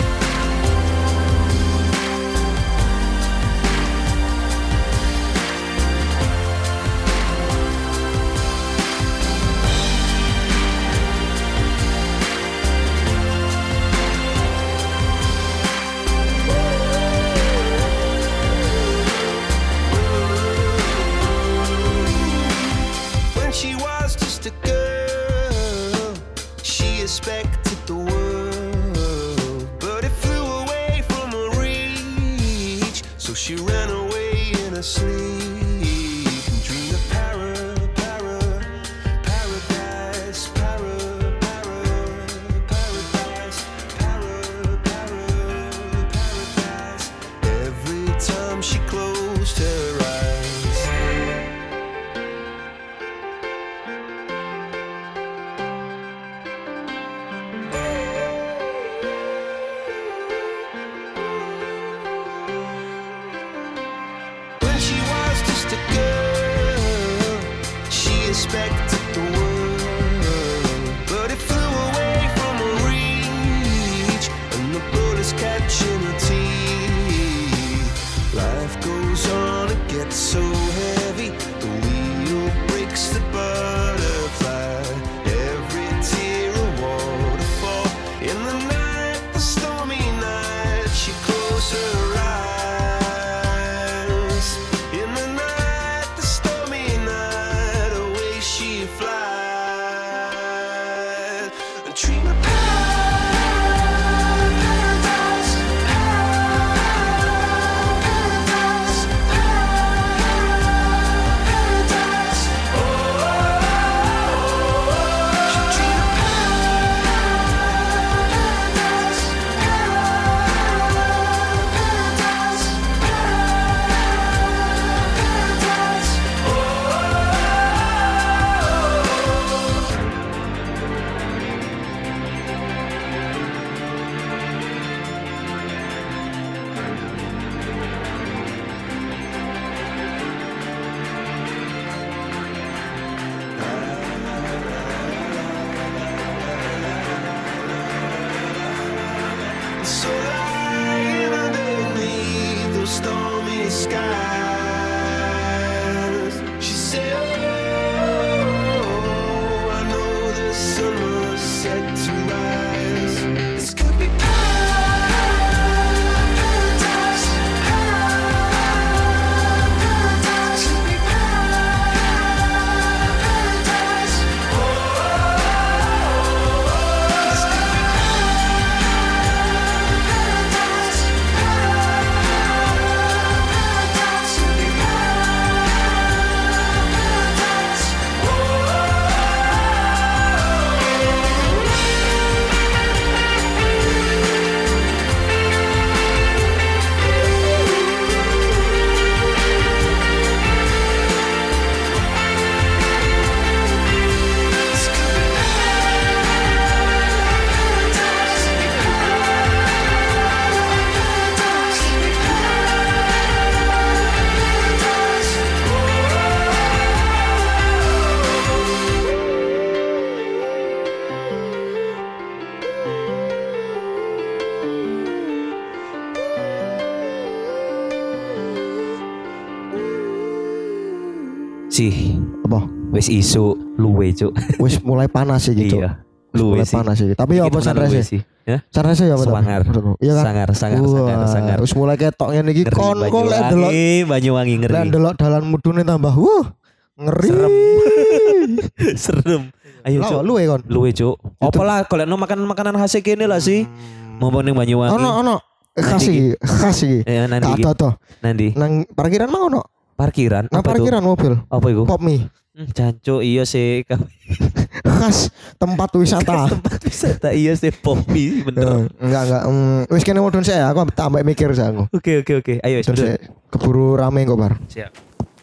[SPEAKER 4] So lying underneath those stormy skies, she said, "Oh, I know the sun will set to rise. This could be paradise, paradise, paradise. Could be paradise. Oh, this could be paradise, paradise. Could be paradise. This could be paradise. Paradise. Paradise.
[SPEAKER 1] Sih,
[SPEAKER 2] apa
[SPEAKER 1] wis isu luwe cuk.
[SPEAKER 2] wis mulai panas sih gitu
[SPEAKER 1] Iya. Luwe
[SPEAKER 2] mulai
[SPEAKER 1] sih.
[SPEAKER 2] panas sih tapi ya
[SPEAKER 1] Iki
[SPEAKER 2] apa
[SPEAKER 1] temenan
[SPEAKER 2] sanres
[SPEAKER 1] luwe
[SPEAKER 2] sih
[SPEAKER 1] sih. Ya?
[SPEAKER 2] sanres ya apa tapi?
[SPEAKER 1] Sangar.
[SPEAKER 2] Menurutmu? iya kan
[SPEAKER 1] Sangar, sangar, sangar,
[SPEAKER 2] Wah,
[SPEAKER 1] sangar.
[SPEAKER 2] wis mulai ketoknya niki
[SPEAKER 1] Ngeri
[SPEAKER 2] kon kon lek delok
[SPEAKER 1] Banyuwangi, Banyuwangi ngeri.
[SPEAKER 2] lek delok dalan mudune tambah wuh ngeri
[SPEAKER 1] Serem. <laughs> Serem. Ayo
[SPEAKER 2] Lah,
[SPEAKER 1] cuk.
[SPEAKER 2] lu ya kon
[SPEAKER 1] Luwe cuk. Apa lah kalau no makan makanan khas kene lah sih. Mau ning Banyuwangi.
[SPEAKER 2] Hmm. ono ono khas
[SPEAKER 1] Nanti
[SPEAKER 2] iki khas iki
[SPEAKER 1] Eh, nanti
[SPEAKER 2] tak
[SPEAKER 1] iki.
[SPEAKER 2] ada toh
[SPEAKER 1] Nanti
[SPEAKER 2] nang parkiran mau ono
[SPEAKER 1] parkiran.
[SPEAKER 2] nang
[SPEAKER 1] apa tuh?
[SPEAKER 2] parkiran mobil
[SPEAKER 1] Apa itu?
[SPEAKER 2] pop mie
[SPEAKER 1] Hmm, Jancu iya sih
[SPEAKER 2] khas tempat <laughs>
[SPEAKER 1] <laughs>
[SPEAKER 2] wisata
[SPEAKER 1] tempat wisata iya sih popi
[SPEAKER 2] Eh,
[SPEAKER 1] bener.
[SPEAKER 2] enggak enggak mm, wis kene mudun saya aku tambah mikir saya aku
[SPEAKER 1] Oke oke oke. Ayo
[SPEAKER 2] terus
[SPEAKER 1] sudah.
[SPEAKER 2] ya. sik, keburu rame kok bar
[SPEAKER 1] Siap.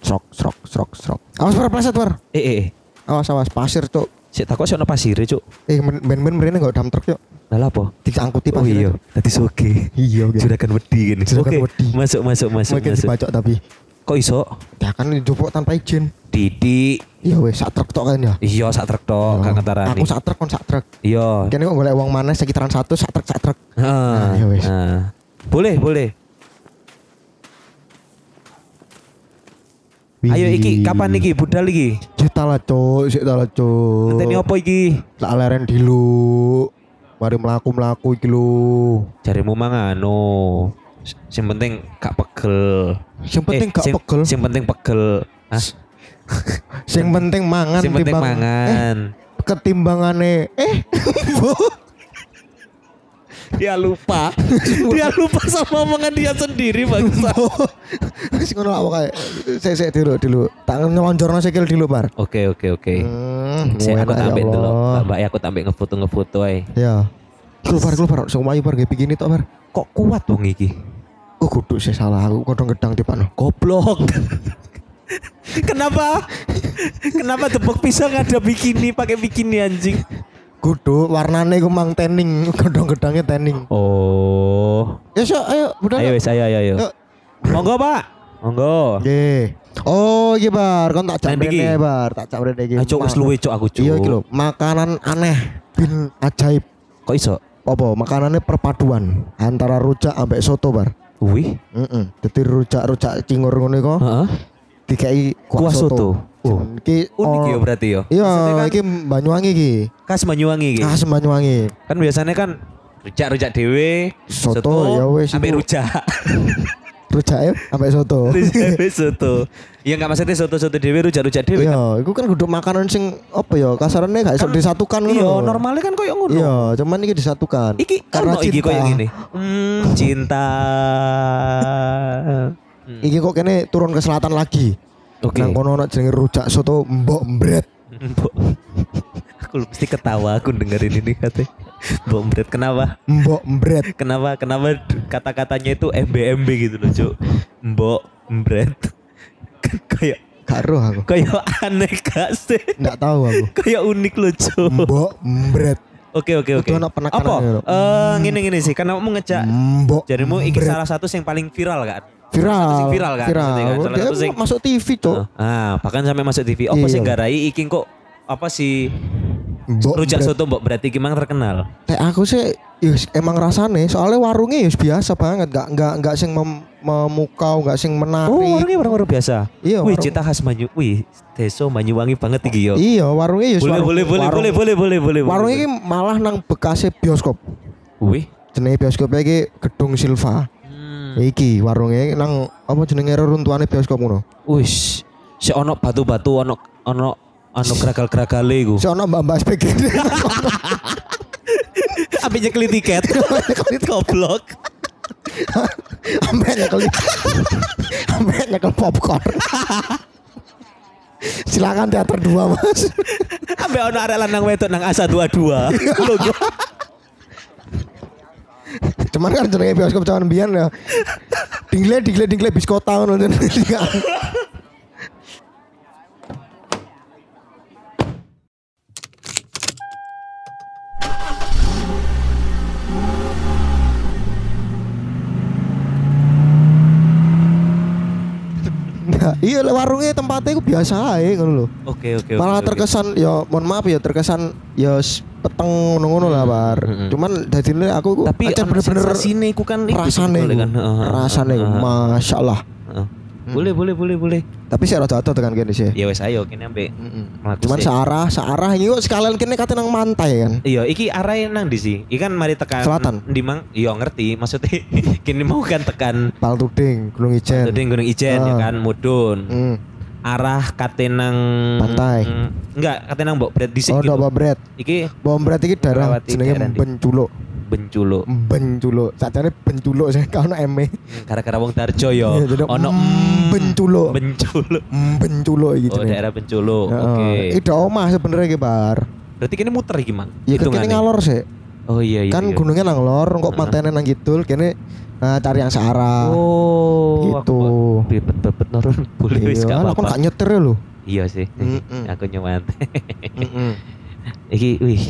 [SPEAKER 2] srok srok srok srok awas bar pleset bar
[SPEAKER 1] Eh eh. eh.
[SPEAKER 2] awas awas pasir cuk
[SPEAKER 1] Sik takok sik ono pasire cuk.
[SPEAKER 2] eh ben ben ben mrene enggak dam truk yuk
[SPEAKER 1] Lah apa?
[SPEAKER 2] diangkuti
[SPEAKER 1] Oh
[SPEAKER 2] pasir
[SPEAKER 1] iya, tadi soge.
[SPEAKER 2] Iya, oke.
[SPEAKER 1] Juragan wedi gini.
[SPEAKER 2] Juragan
[SPEAKER 1] Oke,
[SPEAKER 2] wedi.
[SPEAKER 1] masuk masuk masuk
[SPEAKER 2] mungkin
[SPEAKER 1] masuk.
[SPEAKER 2] dibacok tapi
[SPEAKER 1] Kok iso?
[SPEAKER 2] ya kan dijupuk tanpa izin
[SPEAKER 1] Didi.
[SPEAKER 2] iya weh sak truk tok kan ya
[SPEAKER 1] Iya sak trek tok gak ngetarani.
[SPEAKER 2] aku sak truk kon sak truk
[SPEAKER 1] Iya.
[SPEAKER 2] kene kok golek wong maneh sekitaran satu sak truk sak truk
[SPEAKER 1] Heeh.
[SPEAKER 2] ya wis.
[SPEAKER 1] Heeh. Nah. Boleh, boleh. Ayo iki kapan iki budal iki?
[SPEAKER 2] juta lah cuk sik ta lah cuk
[SPEAKER 1] Ngenteni apa iki?
[SPEAKER 2] tak leren dilu mari melaku melaku iki lho
[SPEAKER 1] Jarimu mang anu. S- Sing penting gak pegel.
[SPEAKER 2] Sing penting
[SPEAKER 1] Eh,
[SPEAKER 2] gak
[SPEAKER 1] sing-
[SPEAKER 2] pegel.
[SPEAKER 1] Sing penting pegel. Hah?
[SPEAKER 2] sing penting mangan
[SPEAKER 1] Sing penting
[SPEAKER 2] timbang- eh,
[SPEAKER 1] mangan.
[SPEAKER 2] ketimbangane eh <laughs>
[SPEAKER 1] Dia <laughs> lupa. dia lupa sama omongan dia sendiri, <laughs> bangsa.
[SPEAKER 2] wis ngono lah pokoke sik sik dulu dulu tak nyelonjorno sikil dulu bar
[SPEAKER 1] Oke, oke, oke.
[SPEAKER 2] hmm,
[SPEAKER 1] Saya Eh, aku
[SPEAKER 2] enak, ya
[SPEAKER 1] tambah dulu.
[SPEAKER 2] Allah.
[SPEAKER 1] Tambah aku tambah ngefoto ngefoto ay.
[SPEAKER 2] Ya. Keluar keluar semua ipar kayak begini tok, Bar.
[SPEAKER 1] Kok kuat dong iki?
[SPEAKER 2] Oh, kudu sih salah aku kodong gedang tipakno. <laughs>
[SPEAKER 1] Goblok. Kenapa? Kenapa tebak pisang ada bikini pakai bikini anjing?
[SPEAKER 2] Kudu warnane ku mang tening, kodong gedangnya tening.
[SPEAKER 1] Oh.
[SPEAKER 2] Ya so, ayo udah.
[SPEAKER 1] Ayo wes ayo ayo ayo.
[SPEAKER 2] Yuk.
[SPEAKER 1] Monggo Pak. Monggo.
[SPEAKER 2] Iya, Nggih. Oh, iki Bar, kon tak jam
[SPEAKER 1] Nanti iki. Ah,
[SPEAKER 2] rene Bar, tak jam rene iki.
[SPEAKER 1] Ayo wes
[SPEAKER 2] Ma-
[SPEAKER 1] luwe cok aku cok.
[SPEAKER 2] Iya iki lho, makanan aneh bin ajaib.
[SPEAKER 1] Kok iso?
[SPEAKER 2] Apa makanannya perpaduan antara rujak ambek soto, Bar.
[SPEAKER 1] Wih.
[SPEAKER 2] Heeh. Dadi rujak-rujak cingur ngono iku
[SPEAKER 1] Heeh.
[SPEAKER 2] dikai kuah,
[SPEAKER 1] Kuah soto. Oh.
[SPEAKER 2] Iki
[SPEAKER 1] Unik
[SPEAKER 2] oh,
[SPEAKER 1] ya berarti ya.
[SPEAKER 2] Iya,
[SPEAKER 1] Maksudnya kan
[SPEAKER 2] iki Banyuwangi iki.
[SPEAKER 1] khas Banyuwangi iki.
[SPEAKER 2] Ah, Banyuwangi.
[SPEAKER 1] Kan biasanya kan rujak-rujak dewe,
[SPEAKER 2] Soto, ya wes,
[SPEAKER 1] ambek
[SPEAKER 2] iku.
[SPEAKER 1] rujak.
[SPEAKER 2] Rujake ya ambek
[SPEAKER 1] <laughs>
[SPEAKER 2] soto.
[SPEAKER 1] Dewe soto. Ya enggak maksudnya soto-soto dewe rujak-rujak dewe.
[SPEAKER 2] Iya, itu kan kudu makanan sing apa ya kasarannya gak iso disatukan
[SPEAKER 1] Iya,
[SPEAKER 2] ngono.
[SPEAKER 1] normalnya kan koyo ngono.
[SPEAKER 2] Iya, cuman ini disatukan.
[SPEAKER 1] Iki karena iki koyo ngene.
[SPEAKER 2] <laughs>
[SPEAKER 1] Hmm, cinta. Hmm,
[SPEAKER 2] Iki kok kene turun ke selatan lagi.
[SPEAKER 1] Oke.
[SPEAKER 2] Nang kono ana jenenge rujak soto Mbok Mbret.
[SPEAKER 1] <laughs> Mbok. aku mesti ketawa aku dengerin ini katanya. Mbok Mbret kenapa?
[SPEAKER 2] Mbok Mbret.
[SPEAKER 1] Kenapa kenapa kata-katanya itu MBMB gitu loh, Cuk. Mbok Mbret. Kan <laughs> kayak
[SPEAKER 2] Gak roh aku.
[SPEAKER 1] kayak aneh gak sih?
[SPEAKER 2] Nggak tahu aku.
[SPEAKER 1] Kayak unik loh, Cuk.
[SPEAKER 2] Mbok Mbret.
[SPEAKER 1] Oke oke oke.
[SPEAKER 2] Itu anak penekanan
[SPEAKER 1] Apa?
[SPEAKER 2] gitu.
[SPEAKER 1] Eh ngene ngene sih karena mau ngejak
[SPEAKER 2] Mbok.
[SPEAKER 1] jarimu iki
[SPEAKER 2] Mbret.
[SPEAKER 1] salah satu yang paling viral kan.
[SPEAKER 2] Hmm. viral.
[SPEAKER 1] sing viral kan,
[SPEAKER 2] Viral.
[SPEAKER 1] maksudnya kan, salah
[SPEAKER 2] Dia
[SPEAKER 1] satu sing-
[SPEAKER 2] masuk TV, Cok.
[SPEAKER 1] Ah, bahkan sampai masuk TV. Apa
[SPEAKER 2] Iya.
[SPEAKER 1] sih garai iki kok apa sih
[SPEAKER 2] Mbok
[SPEAKER 1] Rujak
[SPEAKER 2] berat-
[SPEAKER 1] soto mbok berarti memang terkenal.
[SPEAKER 2] Nek aku sih yus, emang rasane soalnya warungnya yus biasa banget nggak nggak nggak sing mem- memukau nggak sing menarik
[SPEAKER 1] Oh, warungnya warung-warung biasa.
[SPEAKER 2] Iya,
[SPEAKER 1] Wih,
[SPEAKER 2] warung-
[SPEAKER 1] cita khas Banyu. Wih, Deso Banyuwangi banget iki yo.
[SPEAKER 2] iya warungnya yus
[SPEAKER 1] Boleh,
[SPEAKER 2] warung-
[SPEAKER 1] boleh, boleh,
[SPEAKER 2] warung-
[SPEAKER 1] boleh, boleh, boleh, boleh.
[SPEAKER 2] warung ini malah nang bekasnya bioskop
[SPEAKER 1] Wih.
[SPEAKER 2] jenenge bioskopnya iki gedung Silva iki warungnya nang apa jenenge runtuhane bioskop ngono
[SPEAKER 1] Oh. Wis. Si ono batu-batu ono ono ono geragal-geragale iku.
[SPEAKER 2] si ono mbak-mbak speaking
[SPEAKER 1] Ampe nyekli tiket. <laughs> Goblok.
[SPEAKER 2] ampe nyekel ampe nyekel popcorn silakan teater dua mas
[SPEAKER 1] Ampe ono arek lanang wedok nang Asa 22.
[SPEAKER 2] Iya.
[SPEAKER 1] Logo.
[SPEAKER 2] cuman kan jenenge bioskop cuman biyen ya dingle dingle dingle biskota ngono Nah, iya lah, warungnya tempatnya itu biasa aja ngono lho.
[SPEAKER 1] Oke, oke, oke.
[SPEAKER 2] Malah
[SPEAKER 1] oke.
[SPEAKER 2] terkesan ya mohon maaf ya terkesan ya s- peteng ngono-ngono lah bar. Cuman dari ini aku ku-
[SPEAKER 1] tapi
[SPEAKER 2] aceh
[SPEAKER 1] ono sensasine iku kan iku
[SPEAKER 2] rasane
[SPEAKER 1] sebetulnya
[SPEAKER 2] iku.
[SPEAKER 1] kan. Heeh,
[SPEAKER 2] rasane iku
[SPEAKER 1] heeh,
[SPEAKER 2] masyaallah
[SPEAKER 1] heeh. Boleh, boleh, boleh, boleh.
[SPEAKER 2] tapi saya rada jatuh tekan kene sih
[SPEAKER 1] Ya wes ayo kene ampe. melaku
[SPEAKER 2] cuman
[SPEAKER 1] sih.
[SPEAKER 2] searah searah ini kok sekalian kene kate nang mantai kan
[SPEAKER 1] Iya, iki arahnya nang di sih. Ikan mari tekan
[SPEAKER 2] Selatan.
[SPEAKER 1] Di mang, iya ngerti. Maksudnya <laughs> kini mau kan tekan
[SPEAKER 2] Paltuding Gunung Ijen
[SPEAKER 1] Jadi Gunung Ijen ya
[SPEAKER 2] Ah.
[SPEAKER 1] kan Mudun.
[SPEAKER 2] hmm.
[SPEAKER 1] Arah Katenang
[SPEAKER 2] Pantai.
[SPEAKER 1] Enggak, Katenang Mbok Bret dhisik
[SPEAKER 2] oh ndak
[SPEAKER 1] gitu.
[SPEAKER 2] bombret
[SPEAKER 1] Iki
[SPEAKER 2] bombret iki daerah
[SPEAKER 1] Melewati daerah
[SPEAKER 2] jenenge
[SPEAKER 1] ndi?
[SPEAKER 2] benculuk
[SPEAKER 1] benculo.
[SPEAKER 2] Hmm. benculuk sajane benculuk sih <laughs> karena eme
[SPEAKER 1] Gara-gara wong Tarjo yo.
[SPEAKER 2] Iya, jadi
[SPEAKER 1] Ono
[SPEAKER 2] mm, Benculo.
[SPEAKER 1] Benculo.
[SPEAKER 2] benculuk iki
[SPEAKER 1] Oh, daerah Benculo.
[SPEAKER 2] Iya, Heeh.
[SPEAKER 1] Oke.
[SPEAKER 2] Iki dak omah sebenarnya iki bar
[SPEAKER 1] Berarti kini muter iki, Mang.
[SPEAKER 2] ya kan kene
[SPEAKER 1] Hitungannya.
[SPEAKER 2] ngalor sih
[SPEAKER 1] Oh iya iya. iya.
[SPEAKER 2] kan gunungnya nang lor kok pantainya nang kidul kene eh, cari yang searah
[SPEAKER 1] Oh,
[SPEAKER 2] gitu.
[SPEAKER 1] Bebet-bebet nurun <laughs> boleh wis gak
[SPEAKER 2] Iya, kan aku
[SPEAKER 1] apa-apa.
[SPEAKER 2] gak nyetir ya lho
[SPEAKER 1] Iya sih.
[SPEAKER 2] Mm-mm.
[SPEAKER 1] Aku nyewan.
[SPEAKER 2] Heeh.
[SPEAKER 1] <laughs> iki wih.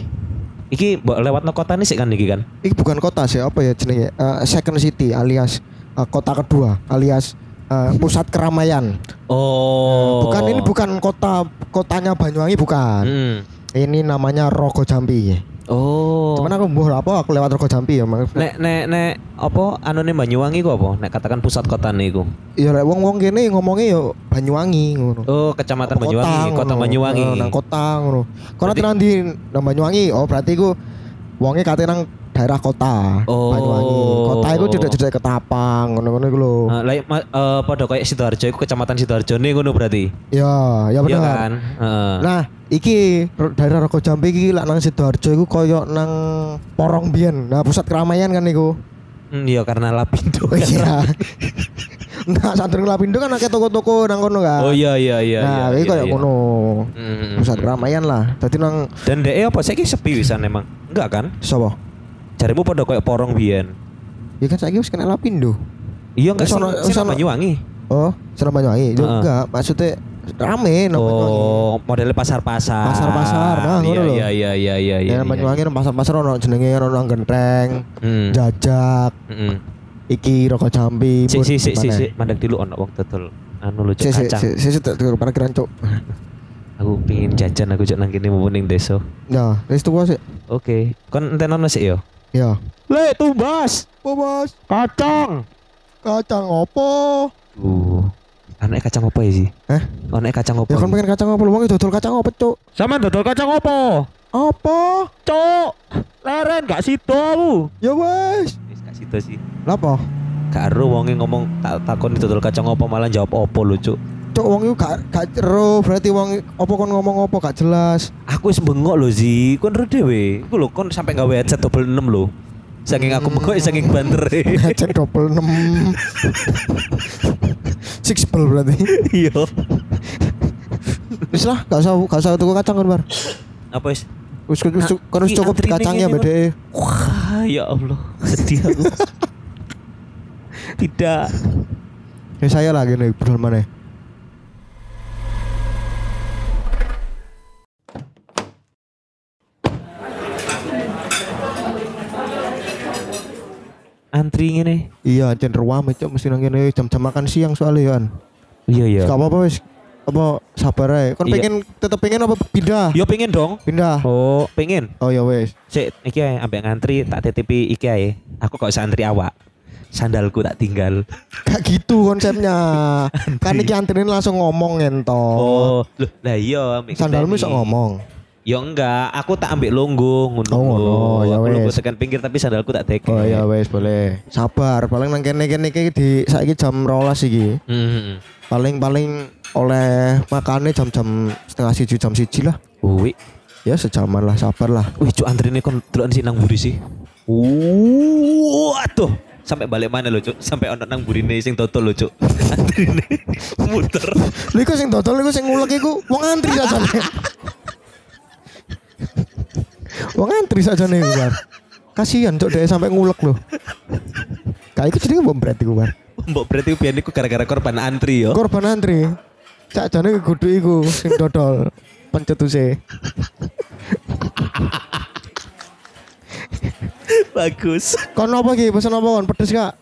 [SPEAKER 1] Iki mbok lewat no kota nih sih kan iki kan.
[SPEAKER 2] Ini bukan kota sih, apa ya jenenge? Eh, second city alias eh, kota kedua alias eh, pusat keramaian.
[SPEAKER 1] Oh.
[SPEAKER 2] Bukan ini bukan kota kotanya Banyuwangi bukan.
[SPEAKER 1] Mm.
[SPEAKER 2] Ini namanya Rogo Jambi.
[SPEAKER 1] Oh.
[SPEAKER 2] Cuman aku mbuh apa aku lewat Rogo Jambi ya. Mang.
[SPEAKER 1] Nek nek nek apa anone Banyuwangi ku apa? Nek katakan pusat kota nih ku.
[SPEAKER 2] Ya lek wong-wong kene ngomongnya ya Banyuwangi ngono.
[SPEAKER 1] Oh, kecamatan
[SPEAKER 2] Apa
[SPEAKER 1] Banyuwangi, kota
[SPEAKER 2] ngono.
[SPEAKER 1] Banyuwangi.
[SPEAKER 2] Eh, Nang kota ngono. Kono
[SPEAKER 1] Berarti-
[SPEAKER 2] tenan di nang Banyuwangi. Oh, berarti iku wonge kate nang daerah kota
[SPEAKER 1] Oh.
[SPEAKER 2] Banyuwangi. Kota iku cedek-cedek ketapang ngono-ngono iku lho.
[SPEAKER 1] Nah, like, ma- eh, padha kayak Sidoarjo iku kecamatan Sidoarjo nih ngono berarti.
[SPEAKER 2] Ya,
[SPEAKER 1] Iya
[SPEAKER 2] ya benar.
[SPEAKER 1] kan? Heeh.
[SPEAKER 2] Nah, iki ro- daerah Rego Jambi iki lak nang Sidoarjo iku koyo nang Porong Biyen. Nah, pusat keramaian kan iku.
[SPEAKER 1] Mm, Iya karena Lapindo.
[SPEAKER 2] Oh iya. <laughs> nah, santri Lapindo kan akeh toko-toko nang kono kan.
[SPEAKER 1] Oh iya iya iya.
[SPEAKER 2] nah,
[SPEAKER 1] iya,
[SPEAKER 2] iki
[SPEAKER 1] iya,
[SPEAKER 2] koyo
[SPEAKER 1] iya.
[SPEAKER 2] ngono.
[SPEAKER 1] Mm.
[SPEAKER 2] Pusat keramaian lah. Dadi nang
[SPEAKER 1] Dan DE apa saiki sepi wisan emang? Enggak kan?
[SPEAKER 2] sapa?
[SPEAKER 1] Jarimu padha kayak porong biyen.
[SPEAKER 2] Ya kan saiki wis kena Lapindo.
[SPEAKER 1] Iya enggak
[SPEAKER 2] Sono-
[SPEAKER 1] sono sono
[SPEAKER 2] sono-
[SPEAKER 1] Banyuwangi.
[SPEAKER 2] Oh, Serang Banyuwangi. Yo
[SPEAKER 1] Heeh.
[SPEAKER 2] enggak, maksudnya rame nang Banyuwangi.
[SPEAKER 1] Oh, model pasar-pasar.
[SPEAKER 2] Pasar-pasar, nah,
[SPEAKER 1] iya,
[SPEAKER 2] ngono lho.
[SPEAKER 1] iya iya iya iya iya.
[SPEAKER 2] Ya, nang Banyuwangi nang pasar-pasar ono jenenge ono nang genteng,
[SPEAKER 1] Hmm.
[SPEAKER 2] jajak,
[SPEAKER 1] Heeh.
[SPEAKER 2] iki rokok jambi.
[SPEAKER 1] Si
[SPEAKER 2] pun
[SPEAKER 1] si si si
[SPEAKER 2] gimana?
[SPEAKER 1] si mandek dulu ono wong dodol anu lucu
[SPEAKER 2] Sik sik
[SPEAKER 1] kacang.
[SPEAKER 2] sik sik sik tak tukar parkiran cuk.
[SPEAKER 1] Aku pingin jajan aku cok nang kene mumpuni ning desa.
[SPEAKER 2] Ya, wis tuwa sik.
[SPEAKER 1] Oke, kon enten ono sik yo.
[SPEAKER 2] Ya.
[SPEAKER 1] Le tumbas.
[SPEAKER 2] Apa, Mas?
[SPEAKER 1] Kacang.
[SPEAKER 2] Kacang opo?
[SPEAKER 1] Uh. Anake kacang apa ya sih?
[SPEAKER 2] Hah?
[SPEAKER 1] Anake kacang apa?
[SPEAKER 2] Eh, Ya kan
[SPEAKER 1] ini?
[SPEAKER 2] pengen kacang opo lu wong dodol kacang opo cuk?
[SPEAKER 5] Sama dodol kacang opo?
[SPEAKER 2] Apa?
[SPEAKER 5] Cok, leren gak sido aku.
[SPEAKER 2] Ya wis.
[SPEAKER 1] Wis gak sida sih.
[SPEAKER 2] Napa?
[SPEAKER 1] Gak ero wonge ngomong tak takon dodol kacang apa malah jawab apa lho cuk.
[SPEAKER 2] Cuk wong iku gak gak jero, berarti wong opo kon ngomong opo gak
[SPEAKER 1] <laughs>
[SPEAKER 2] jelas.
[SPEAKER 1] Aku wis bengok lho Zi, kon ro dhewe. Iku lho kon sampe gawe headset double 6 lho. Saking aku bengok ya saking
[SPEAKER 2] <laughs>
[SPEAKER 1] banter.
[SPEAKER 2] Ngajak double 6 <laughs> Six ball berarti
[SPEAKER 1] Iya.
[SPEAKER 2] Wis lah gak usah gak usah tuku kacang kan bar
[SPEAKER 1] Apa wis?
[SPEAKER 2] Wis wis- wis-
[SPEAKER 1] Nah,
[SPEAKER 2] kan wis
[SPEAKER 1] iki
[SPEAKER 2] cukup
[SPEAKER 1] antrine
[SPEAKER 2] kacangnya
[SPEAKER 1] ngene,
[SPEAKER 2] bede
[SPEAKER 1] Wah, ya Allah, sedih aku. Tidak.
[SPEAKER 2] Ya saya lah gini budal mana
[SPEAKER 1] Antri ngene.
[SPEAKER 2] ya, Iya anjen ruam cok mesti nang kene jam-jam makan siang soalnya kan
[SPEAKER 1] Iya ya.
[SPEAKER 2] Gak apa-apa wis apa sabar ae. Kon
[SPEAKER 1] Iya.
[SPEAKER 2] pengen tetep pengen apa pindah?
[SPEAKER 1] Yo pengen dong.
[SPEAKER 2] Pindah.
[SPEAKER 1] Oh, pengen.
[SPEAKER 2] Oh ya wes.
[SPEAKER 1] Sik iki ae ambek ngantri tak titipi iki ae. Aku kok santri awak. Sandalku tak tinggal.
[SPEAKER 2] Kayak gitu
[SPEAKER 1] <laughs>
[SPEAKER 2] konsepnya. kan iki antenin langsung ngomong ento.
[SPEAKER 1] Oh, loh, lah iya ambek
[SPEAKER 2] Sandalmu
[SPEAKER 1] kita
[SPEAKER 2] iso
[SPEAKER 1] ini.
[SPEAKER 2] ngomong.
[SPEAKER 1] Ya enggak, aku tak ambek longgo ngono.
[SPEAKER 2] Oh, ngono, ya
[SPEAKER 1] Aku longgo
[SPEAKER 2] wes.
[SPEAKER 1] tekan pinggir tapi sandalku tak teke.
[SPEAKER 2] Oh ya wes boleh. Sabar, paling nang kene kene iki di saiki jam 12 iki.
[SPEAKER 1] Hmm.
[SPEAKER 2] Paling-paling oleh makannya jam-jam setengah siji jam siji lah.
[SPEAKER 1] Wih,
[SPEAKER 2] Ya sejaman lah, sabar lah.
[SPEAKER 1] wih cuk antrine kon delokan sih nang buri sih. Uh, aduh. Sampai balik mana lo cuk? Sampai ono nang burine sing dodol lo cuk. <laughs> Antrine muter.
[SPEAKER 2] Lha iku sing dodol iku sing ngulek iku wong antri sajane. wong antri sajane iku, Bar. Kasihan cok dhek sampai ngulek loh. Kayak iku jenenge bom berat iku, Bar.
[SPEAKER 1] Mbok berarti biyen iku gara-gara korban antri yo.
[SPEAKER 2] Korban antri. Sajane kudu iku sing dodol pencetuse.
[SPEAKER 1] Bagus.
[SPEAKER 2] Kon apa ki? Pesen apa kon? Pedes gak?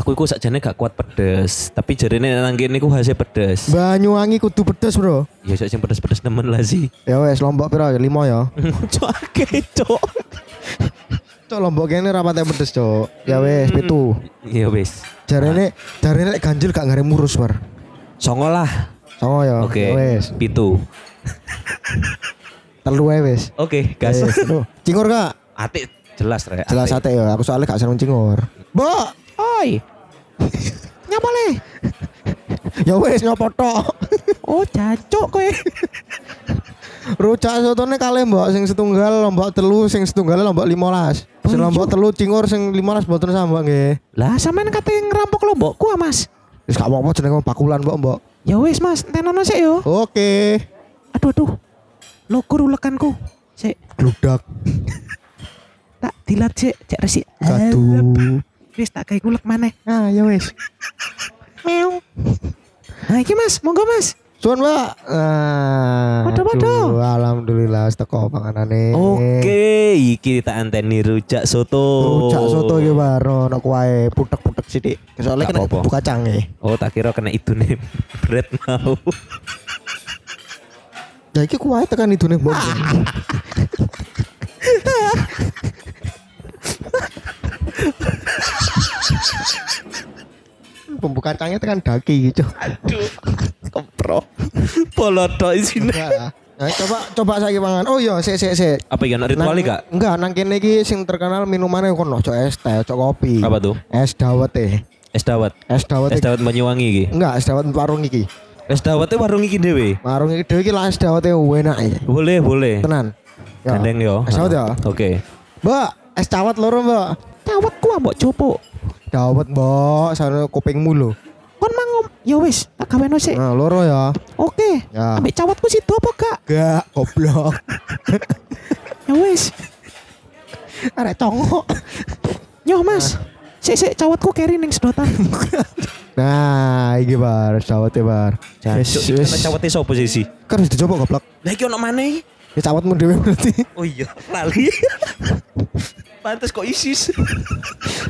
[SPEAKER 1] Aku iku sakjane gak kuat pedes, tapi jarine nang kene iku khasnya pedes.
[SPEAKER 2] Banyuwangi kudu pedes, Bro.
[SPEAKER 1] Ya sok sing pedes-pedes nemen lah sih. <laughs>
[SPEAKER 2] Ya wes lombok piro? 5 ya.
[SPEAKER 1] Cuk akeh cuk.
[SPEAKER 2] Cok lombok kene ra patek pedes, cok. Ya wes pitu.
[SPEAKER 1] Ya wis.
[SPEAKER 2] Jarene jarene lek ganjil gak ngare murus, Bar.
[SPEAKER 1] Songo lah.
[SPEAKER 2] Songo ya.
[SPEAKER 1] Oke.
[SPEAKER 2] Ya Wes.
[SPEAKER 1] Pitu.
[SPEAKER 2] Telu ae wis.
[SPEAKER 1] Oke, gas.
[SPEAKER 2] Wes, aduh. Cingur gak?
[SPEAKER 1] Atik jelas rek.
[SPEAKER 2] Jelas
[SPEAKER 1] atik.
[SPEAKER 2] sate ya, aku soalnya gak seneng cingur. Mbok,
[SPEAKER 1] Oi.
[SPEAKER 2] nyapa le? ya wis nyopo tok.
[SPEAKER 1] Oh, cacok kowe.
[SPEAKER 2] <laughs> Rujak sotone kalih mbok sing setunggal lombok telu, sing setunggal lombok 15. Sing lombok telu cingur sing 15 boten sama nggih.
[SPEAKER 1] Lah sampean kate ngerampok lombokku ah, Mas.
[SPEAKER 2] Wis gak apa-apa jenenge pakulan mbok mbok.
[SPEAKER 1] Ya wis, Mas, tenono sik yo.
[SPEAKER 2] Oke.
[SPEAKER 1] Aduh aduh. Lokur ulekanku. Sik
[SPEAKER 2] Gludak
[SPEAKER 1] tak dilat sik, cek resik. Eh,
[SPEAKER 2] gadu.
[SPEAKER 1] Wis tak kayak ngulek maneh.
[SPEAKER 2] Nah, ya wis.
[SPEAKER 1] Meong. Nah, iki Mas, monggo Mas.
[SPEAKER 2] Suwun, Mbak. Nah,
[SPEAKER 1] Waduh, waduh.
[SPEAKER 2] aduh, Alhamdulillah wis teko panganane.
[SPEAKER 1] Oke, iki tak anteni rujak soto.
[SPEAKER 2] Rujak soto iki baro ono kuae putek-putek sithik.
[SPEAKER 1] Oh.
[SPEAKER 2] Soale
[SPEAKER 1] Gak
[SPEAKER 2] kena
[SPEAKER 1] apa-apa.
[SPEAKER 2] buka cange.
[SPEAKER 1] Oh, tak kira kena idune <laughs> bread mau.
[SPEAKER 2] Ya iki kuae tekan idune mbok. Pembuka cange tekan daki gitu.
[SPEAKER 1] Kempro. Polodok isine.
[SPEAKER 2] Nah, coba coba saya mangan. Oh iya, sik sik sik.
[SPEAKER 1] Apa ya ono ritual
[SPEAKER 2] Nang-
[SPEAKER 1] gak?
[SPEAKER 2] Enggak, nang kene iki sing terkenal minumannya kono cok es teh, cok kopi.
[SPEAKER 1] Apa tuh?
[SPEAKER 2] Es dawet eh.
[SPEAKER 1] Es dawet.
[SPEAKER 2] Es dawet.
[SPEAKER 1] Es
[SPEAKER 2] iki-
[SPEAKER 1] dawet Banyuwangi iki.
[SPEAKER 2] Enggak, es dawet warung iki.
[SPEAKER 1] Es dawete warung iki dhewe.
[SPEAKER 2] Warung iki dhewe iki lah es dawete enak eh.
[SPEAKER 1] Boleh, boleh.
[SPEAKER 2] Tenan. Ya.
[SPEAKER 1] Gandeng yo.
[SPEAKER 2] Es dawet ya.
[SPEAKER 1] Oke.
[SPEAKER 2] Mbak, es dawet loro, Mbak.
[SPEAKER 1] Tawet ku mbok copo.
[SPEAKER 2] Dawet, Mbak, sana kupingmu lho.
[SPEAKER 1] Kon mang ya wis, tak gaweno sik.
[SPEAKER 2] Nah, loro ya.
[SPEAKER 1] Oke.
[SPEAKER 2] Ya.
[SPEAKER 1] Ambek cawetku sido apa gak?
[SPEAKER 2] Gak, goblok.
[SPEAKER 1] Ya wis.
[SPEAKER 2] <laughs> Arek Nah. congok.
[SPEAKER 1] Yo Mas. Sik sik cawetku keri ning
[SPEAKER 2] <laughs>
[SPEAKER 1] sedotan.
[SPEAKER 2] Nah, iki bar, es dawet ya, bar.
[SPEAKER 1] Jancuk iki ono cawete sapa sih sih?
[SPEAKER 2] Kan harus dicoba goblok.
[SPEAKER 1] Lah iki ono maneh.
[SPEAKER 2] Ya cawetmu dhewe berarti. <laughs>
[SPEAKER 1] Oh iya, lali. <laughs> Pantes kok isis.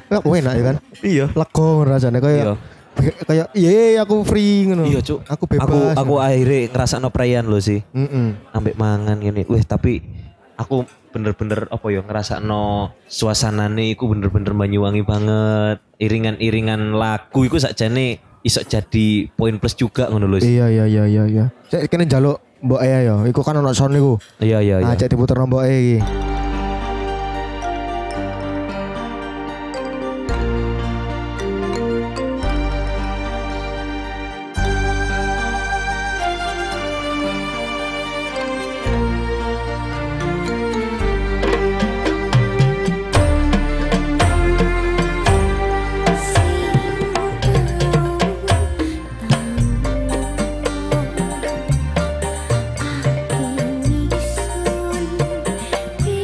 [SPEAKER 2] Lah, enak ya kan.
[SPEAKER 1] Iya.
[SPEAKER 2] Lego rasanya
[SPEAKER 1] Iya.
[SPEAKER 2] kayak kayak iya aku free ngono.
[SPEAKER 1] Iya, Cuk.
[SPEAKER 2] Aku bebas.
[SPEAKER 1] Aku aku akhirnya ngrasakno perayaan lo sih.
[SPEAKER 2] Mm-mm.
[SPEAKER 1] ambek mangan gini wih tapi aku bener-bener apa ya ngerasa no suasanane iku bener-bener Banyuwangi banget iringan-iringan lagu iku sakjane iso jadi poin plus juga ngono lho Sis.
[SPEAKER 2] Iya iya iya iya iya. Saya kene njaluk Mbok E ya. Iku kan ono sound iku.
[SPEAKER 1] iya iya
[SPEAKER 2] Nah,
[SPEAKER 1] iya
[SPEAKER 2] cek diputer Mbok E iki.
[SPEAKER 6] Aku ingin sun di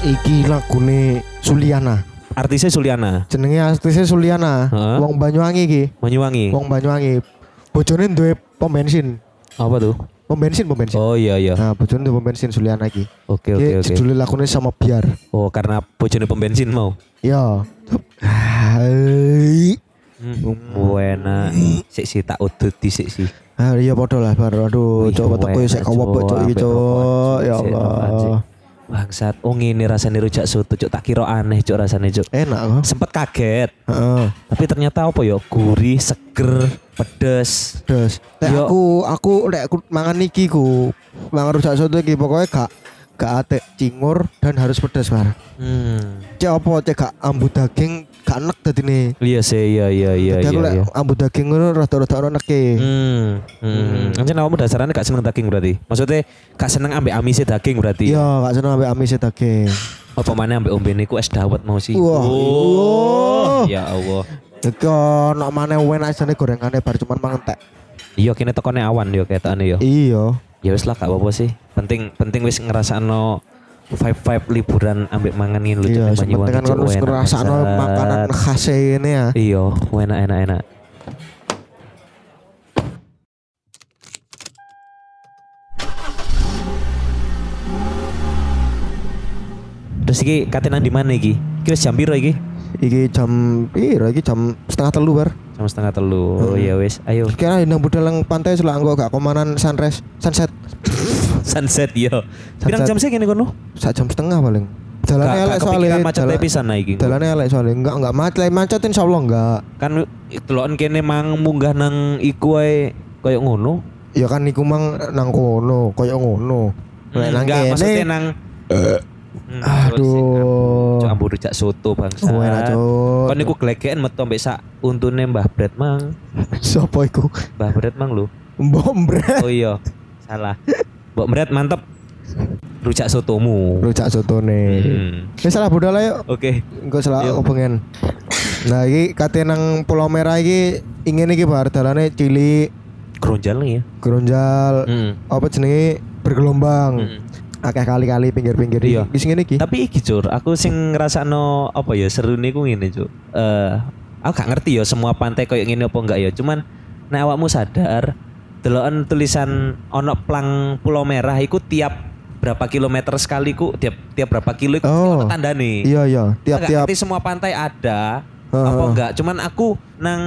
[SPEAKER 2] iki lagune Suliana
[SPEAKER 1] Artisnya Suliana,
[SPEAKER 2] jenenge artisnya Suliana
[SPEAKER 1] Heeh.
[SPEAKER 2] wong Banyuwangi iki
[SPEAKER 1] Banyuwangi.
[SPEAKER 2] wong Banyuwangi bojone duwe pom bensin
[SPEAKER 1] Apa tuh?
[SPEAKER 2] pom bensin pom bensin
[SPEAKER 1] Oh iya iya.
[SPEAKER 2] nah bojone duwe pom bensin Suliana iki
[SPEAKER 1] Oke oke
[SPEAKER 2] Iki
[SPEAKER 1] oke.
[SPEAKER 2] judulnya lagune sama biar
[SPEAKER 1] Oh karena bojone pom bensin mau.
[SPEAKER 2] ya Hai.
[SPEAKER 1] Hmm. Oh, enak. Sik sik tak udut di sik sih.
[SPEAKER 2] Ah iya padha lah bar aduh
[SPEAKER 1] Wih,
[SPEAKER 2] cok wetekku sik
[SPEAKER 1] enak,
[SPEAKER 2] kawop
[SPEAKER 1] Cok.
[SPEAKER 2] cok iki
[SPEAKER 1] Ambek
[SPEAKER 2] cok
[SPEAKER 1] apaan,
[SPEAKER 2] ya
[SPEAKER 1] Cok? Apaan sih?
[SPEAKER 2] Allah.
[SPEAKER 1] Bangsat, oh ngene rasane rujak soto cok tak kira aneh cok rasane cok.
[SPEAKER 2] Enak kok.
[SPEAKER 1] Sempet kaget,
[SPEAKER 2] Heeh.
[SPEAKER 1] tapi ternyata apa ya? Gurih, seger, pedes.
[SPEAKER 2] Terus lek
[SPEAKER 1] Yo.
[SPEAKER 2] aku aku lek aku mangan iki ku mangan rujak soto iki pokoknya gak gak atek cingur dan harus pedes bar.
[SPEAKER 1] Hmm.
[SPEAKER 2] Cek apa cek gak ambu daging gak enek dadine.
[SPEAKER 1] Iya sih, iya iya iya
[SPEAKER 2] Jadi aku
[SPEAKER 1] iya.
[SPEAKER 2] lek
[SPEAKER 1] iya.
[SPEAKER 2] ambu daging ngono rada-rada ono neke.
[SPEAKER 1] Hmm, hmm. Anjir awakmu dasarane gak seneng daging berarti. Maksudnya gak seneng ambek amise daging berarti.
[SPEAKER 2] Iya, gak seneng ambek amise daging.
[SPEAKER 1] Apa mana ambek ombene ku es dawet mau sih.
[SPEAKER 2] Wah. Iya.
[SPEAKER 1] Oh, Ya Allah.
[SPEAKER 2] Iki ono maneh enak jane gorengane bar cuman mangan tek.
[SPEAKER 1] Iya kene tekone awan yo ketane yo.
[SPEAKER 2] Iya.
[SPEAKER 1] Ya wis lah gak apa-apa sih. Penting penting wis ngrasakno vibe-vibe liburan ambek mangan ngene lho
[SPEAKER 2] Iya,
[SPEAKER 1] jeneng
[SPEAKER 2] sing penting kan
[SPEAKER 1] Cuk.
[SPEAKER 2] kon wis
[SPEAKER 1] Enak
[SPEAKER 2] ngrasakno
[SPEAKER 1] banget.
[SPEAKER 2] makanan khas ini ya.
[SPEAKER 1] Iya, enak enak enak. Terus iki katenan di mana iki? Iki wis jam piro iki?
[SPEAKER 2] Iki jam piro iki jam setengah telu bar.
[SPEAKER 1] Jam setengah telu.
[SPEAKER 2] Hmm.
[SPEAKER 1] Oh ya wis, ayo. <laughs>
[SPEAKER 2] Kira nang budal nang pantai selak engko gak komanan sunrise, sunset
[SPEAKER 1] Sunset yo. Pirang
[SPEAKER 2] Sunset.
[SPEAKER 1] jam sih kene kono?
[SPEAKER 2] sak jam setengah paling. Jalannya
[SPEAKER 1] Gak
[SPEAKER 2] elek
[SPEAKER 1] gak
[SPEAKER 2] soalnya.
[SPEAKER 1] kepikiran macet
[SPEAKER 2] jalan-
[SPEAKER 1] pisan nah iki.
[SPEAKER 2] Jalannya elek soalnya. Enggak enggak macet, macet insyaallah enggak.
[SPEAKER 1] Kan deloken kene mang munggah nang iku ae koyo ngono.
[SPEAKER 2] Ya kan niku mang nang kono, koyo ngono. Lek nang
[SPEAKER 1] Enggak, Hmm, maksudnya
[SPEAKER 2] kene. Eh,
[SPEAKER 1] nang Hmm,
[SPEAKER 2] Aduh.
[SPEAKER 1] Cok ambu rujak soto bangsa.
[SPEAKER 2] Oh, enak, Cuk.
[SPEAKER 1] Kon niku glegeken metu ambek sak untune Mbah Bret mang.
[SPEAKER 2] Sopo iku? <laughs>
[SPEAKER 1] Mbah Bret mang lho.
[SPEAKER 2] Mbok mbret.
[SPEAKER 1] Oh iya, salah. Mbok Bret mantep. Rujak sotomu.
[SPEAKER 2] Rujak sotone.
[SPEAKER 1] Hmm.
[SPEAKER 2] Wis salah budal ayo.
[SPEAKER 1] Oke.
[SPEAKER 2] Engko salah
[SPEAKER 1] Yuk.
[SPEAKER 2] aku pengen. Nah iki kate nang Pulau Merah iki ingin iki bar dalane cilik,
[SPEAKER 1] Keronjal nih ya.
[SPEAKER 2] Eh. geronjal,
[SPEAKER 1] Hmm.
[SPEAKER 2] apa jenenge bergelombang.
[SPEAKER 1] Hmm.
[SPEAKER 2] Akeh kali-kali pinggir-pinggir
[SPEAKER 1] Iya.
[SPEAKER 2] iki. Wis ngene iki.
[SPEAKER 1] Tapi iki Cur, aku sing ngrasakno apa ya seru niku ngene Cuk. Eh, aku gak ngerti ya semua pantai koyo ngene apa enggak ya. Cuman nek awakmu sadar deloken tulisan ono plang pulau merah iku tiap berapa kilometer sekali ku tiap tiap berapa kilo iku
[SPEAKER 2] Oh.
[SPEAKER 1] ono tandane.
[SPEAKER 2] Iya iya,
[SPEAKER 1] Aku gak
[SPEAKER 2] tiap-tiap
[SPEAKER 1] ngerti semua pantai ada
[SPEAKER 2] Heeh.
[SPEAKER 1] apa enggak. Cuman aku nang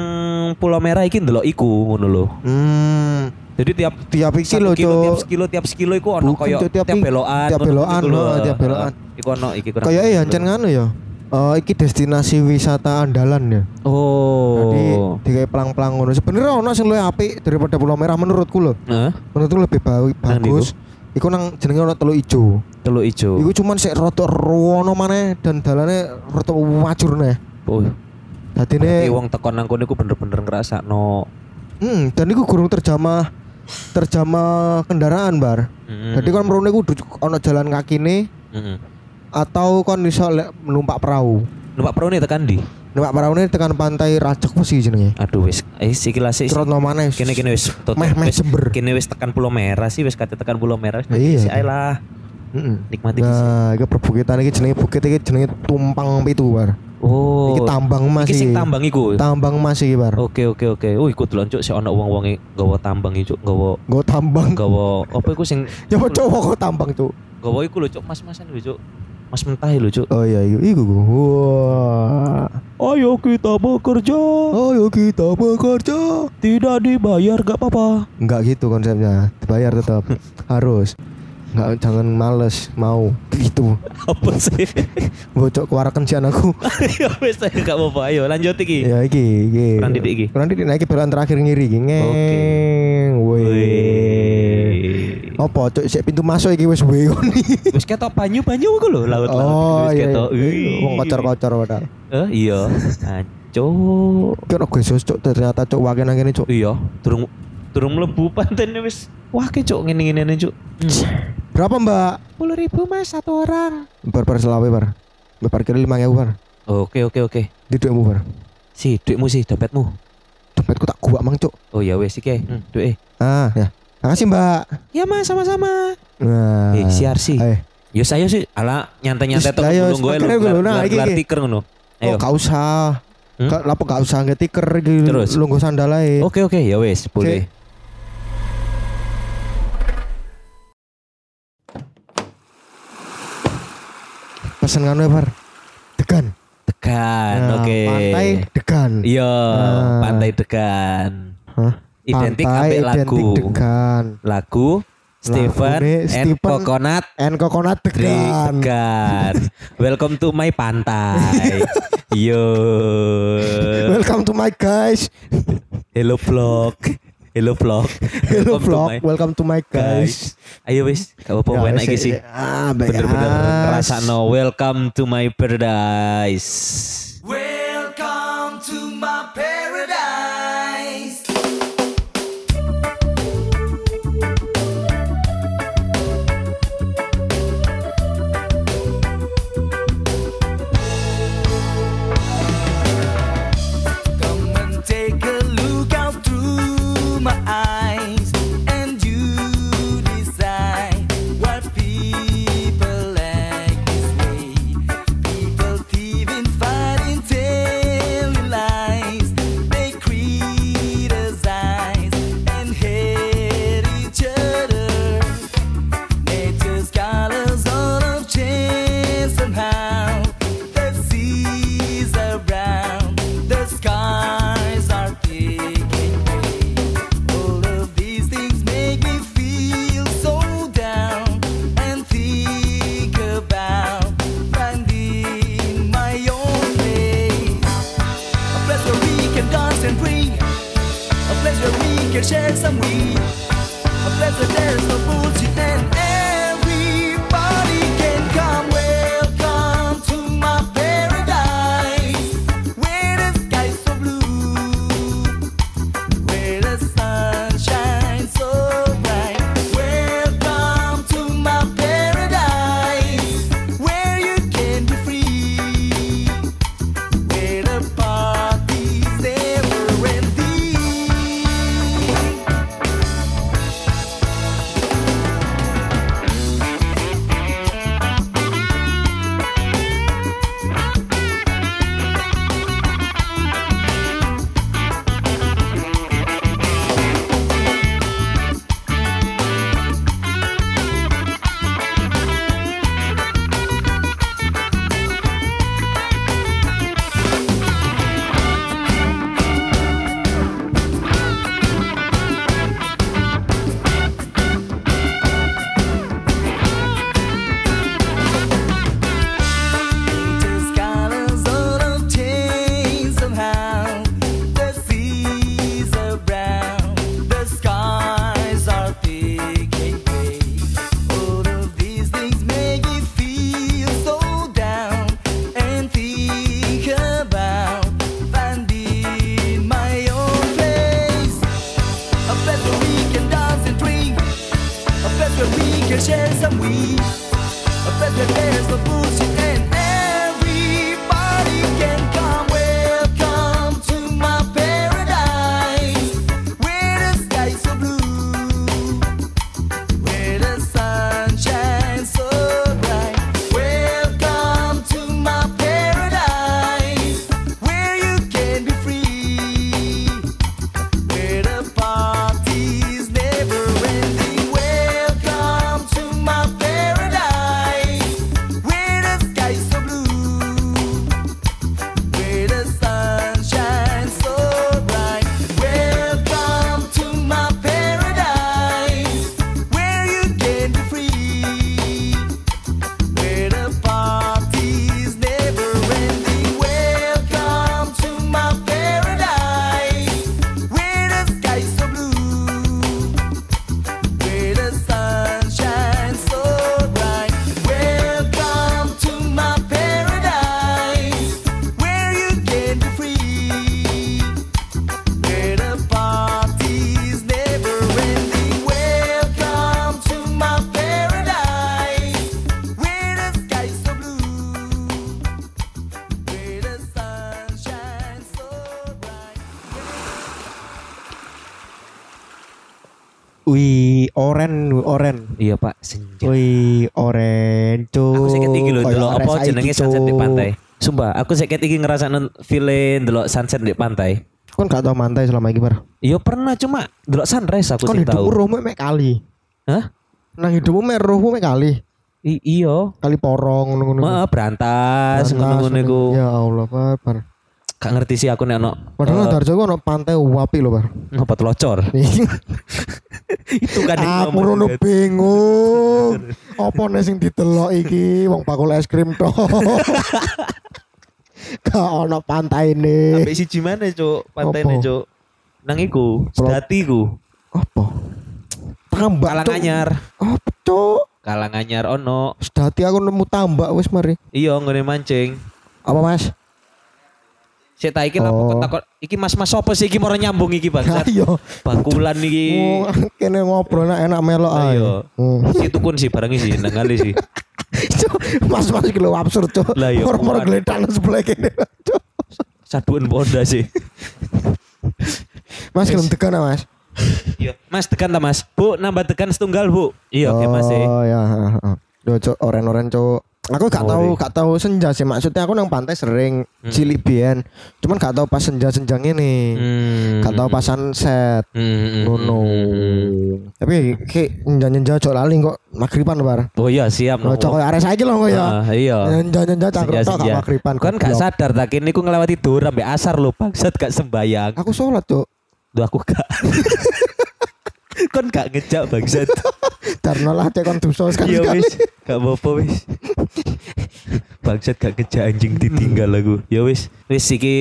[SPEAKER 1] pulau merah iki ndelok iku ngono lho.
[SPEAKER 2] hmm
[SPEAKER 1] Jadi tiap
[SPEAKER 2] tiap iki
[SPEAKER 1] satu kilo,
[SPEAKER 2] lho
[SPEAKER 1] tiap
[SPEAKER 2] cuk.
[SPEAKER 1] sekilo, tiap sekilo iku ono
[SPEAKER 2] Bukan,
[SPEAKER 1] koyo
[SPEAKER 2] Cuk, tiap
[SPEAKER 1] tiap
[SPEAKER 2] i-
[SPEAKER 1] belokan.
[SPEAKER 2] tiap
[SPEAKER 1] ngono
[SPEAKER 2] belokan,
[SPEAKER 1] gitu lho.
[SPEAKER 2] oh, tiap belokan.
[SPEAKER 1] Heeh. Iku ono iki kurang
[SPEAKER 2] Kayak
[SPEAKER 1] lebih gitu.
[SPEAKER 2] jancen ngono ya. Eh iki destinasi wisata andalan ya. Jadi
[SPEAKER 1] Oh.
[SPEAKER 2] dikai pelang-pelang ngono. Sebenarnya ono sing luwih apik daripada Pulau Merah menurutku lho.
[SPEAKER 1] Heeh.
[SPEAKER 2] Menurutku lebih ba- bagus. Iku nang jenenge ono Teluk Ijo.
[SPEAKER 1] Teluk ijo.
[SPEAKER 2] Iku cuman sik rada rono maneh dan dalane rada wajur neh.
[SPEAKER 1] Oh. Berarti
[SPEAKER 2] Dadine
[SPEAKER 1] wong tekon nang kono iku bener-bener ngrasakno.
[SPEAKER 2] hmm, dan iku gurung terjamah terjamah kendaraan bar.
[SPEAKER 1] Heeh.
[SPEAKER 2] Jadi kon mrene kudu ana jalan kakine
[SPEAKER 1] Heeh.
[SPEAKER 2] atau kon iso lek numpak perahu.
[SPEAKER 1] Numpak perahu nih tekan di.
[SPEAKER 2] Numpak perahu ini tekan pantai Rajek mesti jenenge.
[SPEAKER 1] Aduh wis. Eh iki lah sih.
[SPEAKER 2] Cerot maneh.
[SPEAKER 1] Kene kene wis tutup.
[SPEAKER 2] Meh meh
[SPEAKER 1] Wis-
[SPEAKER 2] jember.
[SPEAKER 1] Kene wis tekan Pulau Merah sih wis kate tekan Pulau Merah.
[SPEAKER 2] Iya.
[SPEAKER 1] Iya. ae lah.
[SPEAKER 2] Heeh.
[SPEAKER 1] Nikmati dhisik.
[SPEAKER 2] Nah, iki perbukitan iki jenenge bukit iki jenenge Tumpang Pitu bar.
[SPEAKER 1] Oh.
[SPEAKER 2] Iki tambang emas
[SPEAKER 1] Iki sing
[SPEAKER 2] iki.
[SPEAKER 1] tambang iku.
[SPEAKER 2] Tambang emas iki bar.
[SPEAKER 1] Oke oke oke. Oh iku delok cuk sik ono wong-wonge nggawa tambang iki cuk, nggawa
[SPEAKER 2] Nggo tambang.
[SPEAKER 1] nggawa apa iku sing
[SPEAKER 2] <laughs> Ya apa cowok kok tambang cuk.
[SPEAKER 1] nggawa iku lho cuk mas-masan lho cuk. Mas mentah lho cuk.
[SPEAKER 2] Oh iya iku iku. Gu. Wah.
[SPEAKER 1] Ayo kita bekerja.
[SPEAKER 2] Ayo kita bekerja.
[SPEAKER 1] Tidak dibayar gak apa-apa.
[SPEAKER 2] Enggak gitu konsepnya. Dibayar tetap.
[SPEAKER 1] Hmm.
[SPEAKER 2] Harus. Enggak jangan males mau gitu.
[SPEAKER 1] Apa sih? <laughs>
[SPEAKER 2] Bocok kuarakan sian aku.
[SPEAKER 1] ya wis ayo, gak apa-apa. Ayo lanjut iki.
[SPEAKER 2] ya iki iki.
[SPEAKER 1] Kurang titik iki.
[SPEAKER 2] Kurang titik naik belan terakhir ngiri iki.
[SPEAKER 1] Oke.
[SPEAKER 2] Ngeng. Weh.
[SPEAKER 1] Wih.
[SPEAKER 2] Apa cok sik pintu masuk iki wis weh koni.
[SPEAKER 1] Wis ketok banyu-banyu iku lho laut laut.
[SPEAKER 2] Oh
[SPEAKER 1] wis
[SPEAKER 2] iya.
[SPEAKER 1] ketok. Wih.
[SPEAKER 2] Wong kocor-kocor padahal.
[SPEAKER 1] Eh iya. Ancuk.
[SPEAKER 2] Kira gue sus cok ternyata cok wagen nang kene cok.
[SPEAKER 1] Iya, durung durung mlebu pantene wis wah kecuk ngene-ngene cuk.
[SPEAKER 2] Berapa Mbak?
[SPEAKER 1] 10.000 Mas satu orang.
[SPEAKER 2] Bar bar selawe bar. Bar parkir 5000 bar.
[SPEAKER 1] Oke oke oke.
[SPEAKER 2] Di duitmu bar.
[SPEAKER 1] Si duitmu sih dompetmu.
[SPEAKER 2] Dompetku tak gua mang cok.
[SPEAKER 1] Oh ya wis iki. Hmm, duit.
[SPEAKER 2] Ah, ya. Makasih Mbak.
[SPEAKER 1] Ya Mas sama-sama.
[SPEAKER 2] Nah.
[SPEAKER 1] Eh, siar sih.
[SPEAKER 2] Eh,
[SPEAKER 1] Yo saya sih ala nyantai-nyantai
[SPEAKER 2] Wis,
[SPEAKER 1] tok
[SPEAKER 2] lah, yo,
[SPEAKER 1] gunung gue
[SPEAKER 2] akhirnya gue, nah, iki,
[SPEAKER 1] gelar
[SPEAKER 2] iki.
[SPEAKER 1] tiker ngono.
[SPEAKER 2] Oh,
[SPEAKER 1] Ayo.
[SPEAKER 2] gak usah.
[SPEAKER 1] Hmm?
[SPEAKER 2] Gak lapo gak usah nggak tiker iki
[SPEAKER 1] Terus?
[SPEAKER 2] lungguh sandal ae.
[SPEAKER 1] Oke oke ya wes boleh.
[SPEAKER 2] Pesen ngono ya, Par. Degan.
[SPEAKER 1] Tekan
[SPEAKER 2] Nah,
[SPEAKER 1] oke.
[SPEAKER 2] Pantai degan.
[SPEAKER 1] Iya,
[SPEAKER 2] Nah.
[SPEAKER 1] pantai degan.
[SPEAKER 2] Hah?
[SPEAKER 1] Identik
[SPEAKER 2] Pantai
[SPEAKER 1] ambek lagu.
[SPEAKER 2] identik degan.
[SPEAKER 1] Lagu Stephen
[SPEAKER 2] Lagune
[SPEAKER 1] and
[SPEAKER 2] Stephen
[SPEAKER 1] Coconut
[SPEAKER 2] And coconut
[SPEAKER 1] Drink
[SPEAKER 2] degan. <laughs>
[SPEAKER 1] Degan. Welcome to my pantai. Yo.
[SPEAKER 2] Welcome to my
[SPEAKER 1] <laughs>
[SPEAKER 2] guys.
[SPEAKER 1] Hello vlog. Hello vlog. Welcome
[SPEAKER 2] Hello
[SPEAKER 1] to
[SPEAKER 2] vlog.
[SPEAKER 1] my
[SPEAKER 2] Welcome to my guys.
[SPEAKER 1] guys.
[SPEAKER 2] Ya,
[SPEAKER 1] Ayo wes, ya, gak apa-apa enak iki sih.
[SPEAKER 2] ah,
[SPEAKER 1] Bener-bener rasa no welcome to my paradise.
[SPEAKER 3] Welcome to my paradise. Come and take a look out through my eyes, and you decide what people like this way. People thieving, fighting, telling lies. They criticize and hate each other. Nature's colors all of change somehow. The seas are brown, the skies are picking gray. All of these things make me feel so down and think about finding my own way. A place where we can dance and bring, a place where we can share some weed. A place where there's no bullshit and everybody can come. Welcome to my paradise, where the sky's so blue, where the sun shines so bright. Welcome to my paradise, where you can be free, where the party's never ending. Just colors all of change somehow. The seas are brown, the skies are thick and gray. All of these things make me feel so down and think about finding my own place, a place where we can dance and drink, a place where we can share some weed. A place where there's no bullshit and everybody can come. Welcome to my paradise, where the sky is so blue, where the sun shines so bright. Welcome to my paradise, where you can be free, where the party's never ending. Welcome to my paradise, where the sky's so blue, where the sun shines so bright. Welcome to my paradise, where you can be free, where the party's never ending. Welcome to my paradise. Where the sky's so blue, where the sun shines so bright. Welcome to my paradise, where you can be free, where the party's never ending. Welcome to my paradise, where the sky's so blue, where the sun shines so bright.
[SPEAKER 2] Wih, oren, oren.
[SPEAKER 1] Iya Pak, senja.
[SPEAKER 2] Wih, oren. keren cuk.
[SPEAKER 1] Aku seket iki lho
[SPEAKER 2] Koyo
[SPEAKER 1] delok apa
[SPEAKER 2] RSI
[SPEAKER 1] jenenge
[SPEAKER 2] iki,
[SPEAKER 1] sunset di
[SPEAKER 2] Cuk.
[SPEAKER 1] pantai. Sumpah, aku seket iki ngrasakno feeling delok sunset di pantai.
[SPEAKER 2] Kon kan gak tau mantai selama iki, Par.
[SPEAKER 1] Ya pernah cuma delok sunrise aku
[SPEAKER 2] Kon
[SPEAKER 1] sih
[SPEAKER 2] hidupmu
[SPEAKER 1] tahu.
[SPEAKER 2] rohmu mek kali.
[SPEAKER 1] Hah?
[SPEAKER 2] Nang hidupmu mek rohmu mek kali.
[SPEAKER 1] I iyo.
[SPEAKER 2] Kali porong ngono-ngono.
[SPEAKER 1] Ma berantas iya.
[SPEAKER 2] Pantas,
[SPEAKER 1] ngono-ngono iku.
[SPEAKER 2] Ya Allah, Par. Par.
[SPEAKER 1] Gak ngerti sih aku nek ono eh,
[SPEAKER 2] Padahal Darjo ku ono pantai wapi lho,
[SPEAKER 1] <laughs>
[SPEAKER 2] Par.
[SPEAKER 1] apa telocor. Itu kan yang
[SPEAKER 2] Aku
[SPEAKER 1] ngomong.
[SPEAKER 2] rono Ah,
[SPEAKER 1] <laughs>
[SPEAKER 2] bingung. Apa nih sing didelok iki wong bakul es krim tok. <laughs> Gak ono pantai nih.
[SPEAKER 1] Sampai siji mana cuk, pantainya
[SPEAKER 2] Apa?
[SPEAKER 1] cuk. Nang iku,
[SPEAKER 2] Pro-
[SPEAKER 1] sedati ku.
[SPEAKER 2] Apa? Tambak Cuk.
[SPEAKER 1] Kalanganyar.
[SPEAKER 2] Apa cuk?
[SPEAKER 1] Kalanganyar ono.
[SPEAKER 2] Sedati aku nemu tambak wis mari.
[SPEAKER 1] Iya nggone mancing.
[SPEAKER 2] Apa Mas?
[SPEAKER 1] Sik ta iki lapo
[SPEAKER 2] Oh. Iya.
[SPEAKER 1] kok takon iki mas-mas sapa sih iki moro nyambung iki
[SPEAKER 2] <laughs>
[SPEAKER 1] bangsat.
[SPEAKER 2] Ayo.
[SPEAKER 1] Bakulan iki.
[SPEAKER 2] Oh, Kene ngobrol enak enak melo ae.
[SPEAKER 1] Ayo.
[SPEAKER 2] Hmm. <laughs>
[SPEAKER 1] Si tukun sih barang sih nang kali sih.
[SPEAKER 2] Cuk, Mas-mas iki lho absurd cuk.
[SPEAKER 1] Lah, iya,
[SPEAKER 2] Moro-moro
[SPEAKER 1] kuat.
[SPEAKER 2] geledan sebelah kene. Cuk.
[SPEAKER 1] Saduan Honda sih.
[SPEAKER 2] Mas gelem tekan ah, Mas.
[SPEAKER 1] Iya. Mas tekan ta Mas. Bu nambah tekan setunggal Bu. Iya oke Mas. eh.
[SPEAKER 2] Oh ya. Yo cok oren-oren cok. Aku gak tahu gak tahu senja sih maksudnya aku nang pantai sering
[SPEAKER 1] Hmm.
[SPEAKER 2] cilik biyen. Cuman gak tahu pas senja-senja ngene.
[SPEAKER 1] Hmm.
[SPEAKER 2] Gak tahu pas sunset.
[SPEAKER 1] Hmm.
[SPEAKER 2] Ngono. Tapi ki njenja-njenja cok lali kok magriban bar.
[SPEAKER 1] Oh iya siap. no.
[SPEAKER 2] Lo cok koyo arek saiki lho kok ya.
[SPEAKER 1] Ah, iya.
[SPEAKER 2] Njenja-njenja cangkruk tok gak
[SPEAKER 1] Senja-senja.
[SPEAKER 2] magriban.
[SPEAKER 1] Kan gak
[SPEAKER 2] goblok.
[SPEAKER 1] sadar tak kini ku ngelewati dora mbek asar lho bangsat gak sembayang.
[SPEAKER 2] Aku sholat cok.
[SPEAKER 1] Duh aku gak. <laughs> Kon gak ngejak bangsat.
[SPEAKER 2] Darno lah cek <laughs> kon dosa sekali.
[SPEAKER 1] Iya wis, gak apa-apa wis. Bangsat gak kerja anjing ditinggal aku. Ya wis, wis iki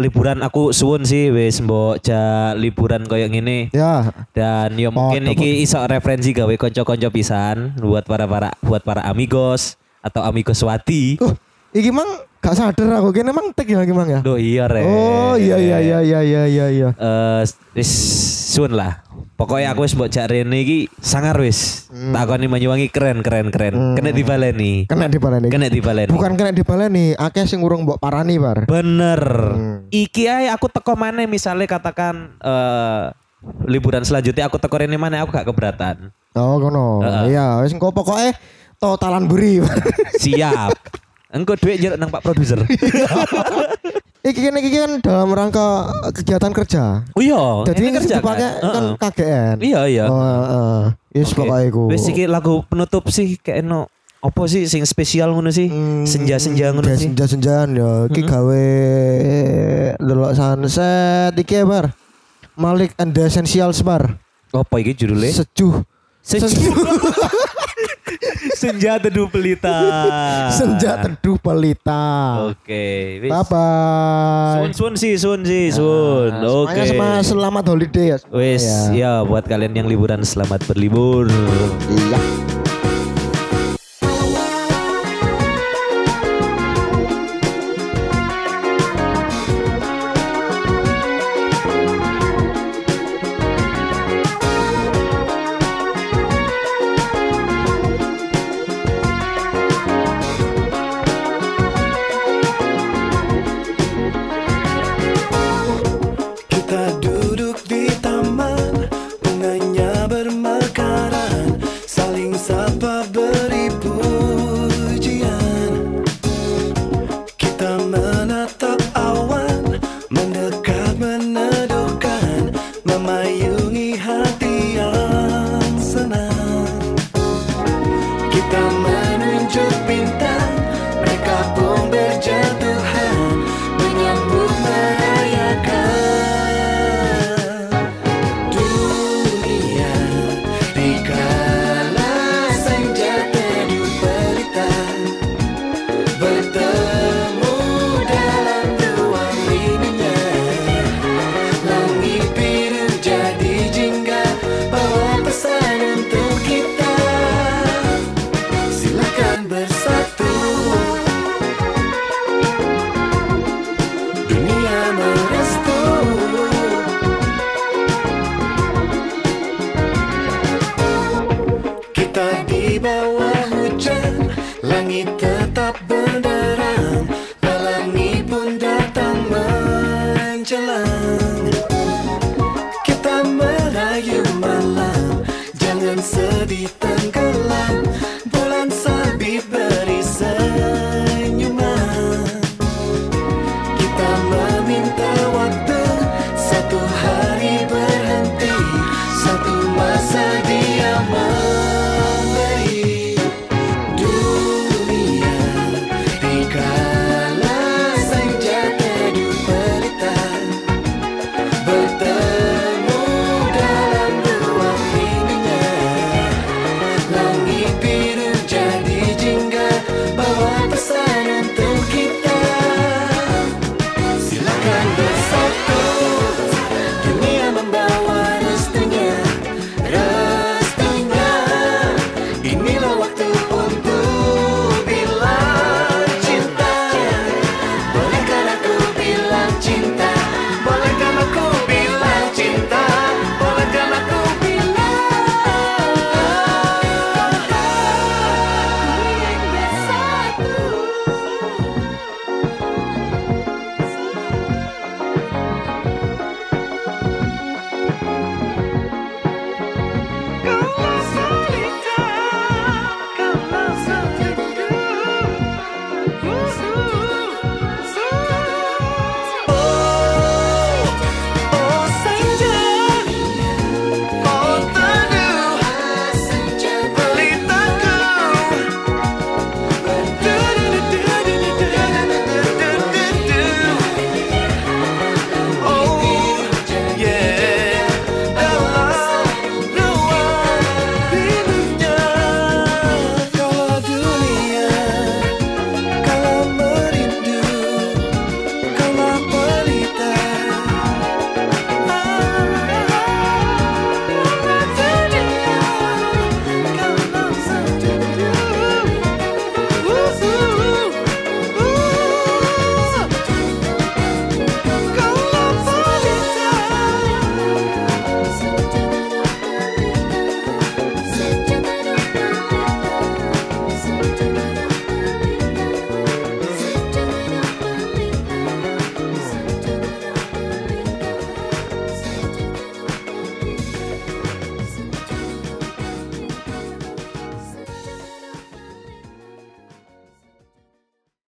[SPEAKER 1] liburan aku suwun sih wis mbok ja liburan koyo ngene.
[SPEAKER 2] Ya,
[SPEAKER 1] Dan yo
[SPEAKER 2] Oh,
[SPEAKER 1] mungkin iki iso referensi gawe konco-konco pisan buat para para buat para amigos atau amigoswati.
[SPEAKER 2] Tuh, iki mang gak sadar aku kene mang tek ya iki mang ya.
[SPEAKER 1] Duh iya re.
[SPEAKER 2] Oh iya iya iya iya iya iya iya.
[SPEAKER 1] Eh wis suwun lah. Pokoknya aku wis mbok jak rene iki sangar wis. Takoni Banyuwangi keren keren keren. Kena dibaleni.
[SPEAKER 2] Hmm. Kena di baleni.
[SPEAKER 1] Kena dibaleni.
[SPEAKER 2] Bukan kena di baleni, akeh sing urung mbok parani bar.
[SPEAKER 1] Bener.
[SPEAKER 2] Hmm.
[SPEAKER 1] Iki ae aku teko mana misalnya katakan eh liburan selanjutnya aku teko rene mana aku gak keberatan.
[SPEAKER 2] Oh kono.
[SPEAKER 1] Heeh.
[SPEAKER 2] Iya, wis engko pokoke totalan
[SPEAKER 1] <laughs>
[SPEAKER 2] buri. Bar. <laughs>
[SPEAKER 1] Siap. Engko duit jeruk nang Pak produser.
[SPEAKER 2] iki kene iki kan dalam rangka kegiatan kerja.
[SPEAKER 1] oh iya,
[SPEAKER 2] Jadi
[SPEAKER 1] ini
[SPEAKER 2] ini
[SPEAKER 1] kerja
[SPEAKER 2] dipakai
[SPEAKER 1] kan.
[SPEAKER 2] kan
[SPEAKER 1] Heeh.
[SPEAKER 2] KGN.
[SPEAKER 1] Iya, iya.
[SPEAKER 2] Oh, heeh. Yes,
[SPEAKER 1] Oke.
[SPEAKER 2] pokoknya iku.
[SPEAKER 1] Wis iki lagu penutup sih kayak no apa sih sing spesial ngono sih? Senja-senja ngono
[SPEAKER 2] Ya,
[SPEAKER 1] sih.
[SPEAKER 2] Senja-senjaan Hmm. ya. Iki gawe delok sunset iki ya, bar. Malik and the Essentials bar.
[SPEAKER 1] Apa iki judulnya?
[SPEAKER 2] Sejuh.
[SPEAKER 1] Senja. Senja teduh <laughs> pelita.
[SPEAKER 2] <laughs> Senja teduh pelita.
[SPEAKER 1] Ah. Oke, wis.
[SPEAKER 2] Bye bye.
[SPEAKER 1] Sun-sun sih, sun sih, sun. Oke. iya.
[SPEAKER 2] Semuanya semua selamat holiday ya.
[SPEAKER 1] Wes, ya buat kalian yang liburan selamat berlibur.
[SPEAKER 2] Iya.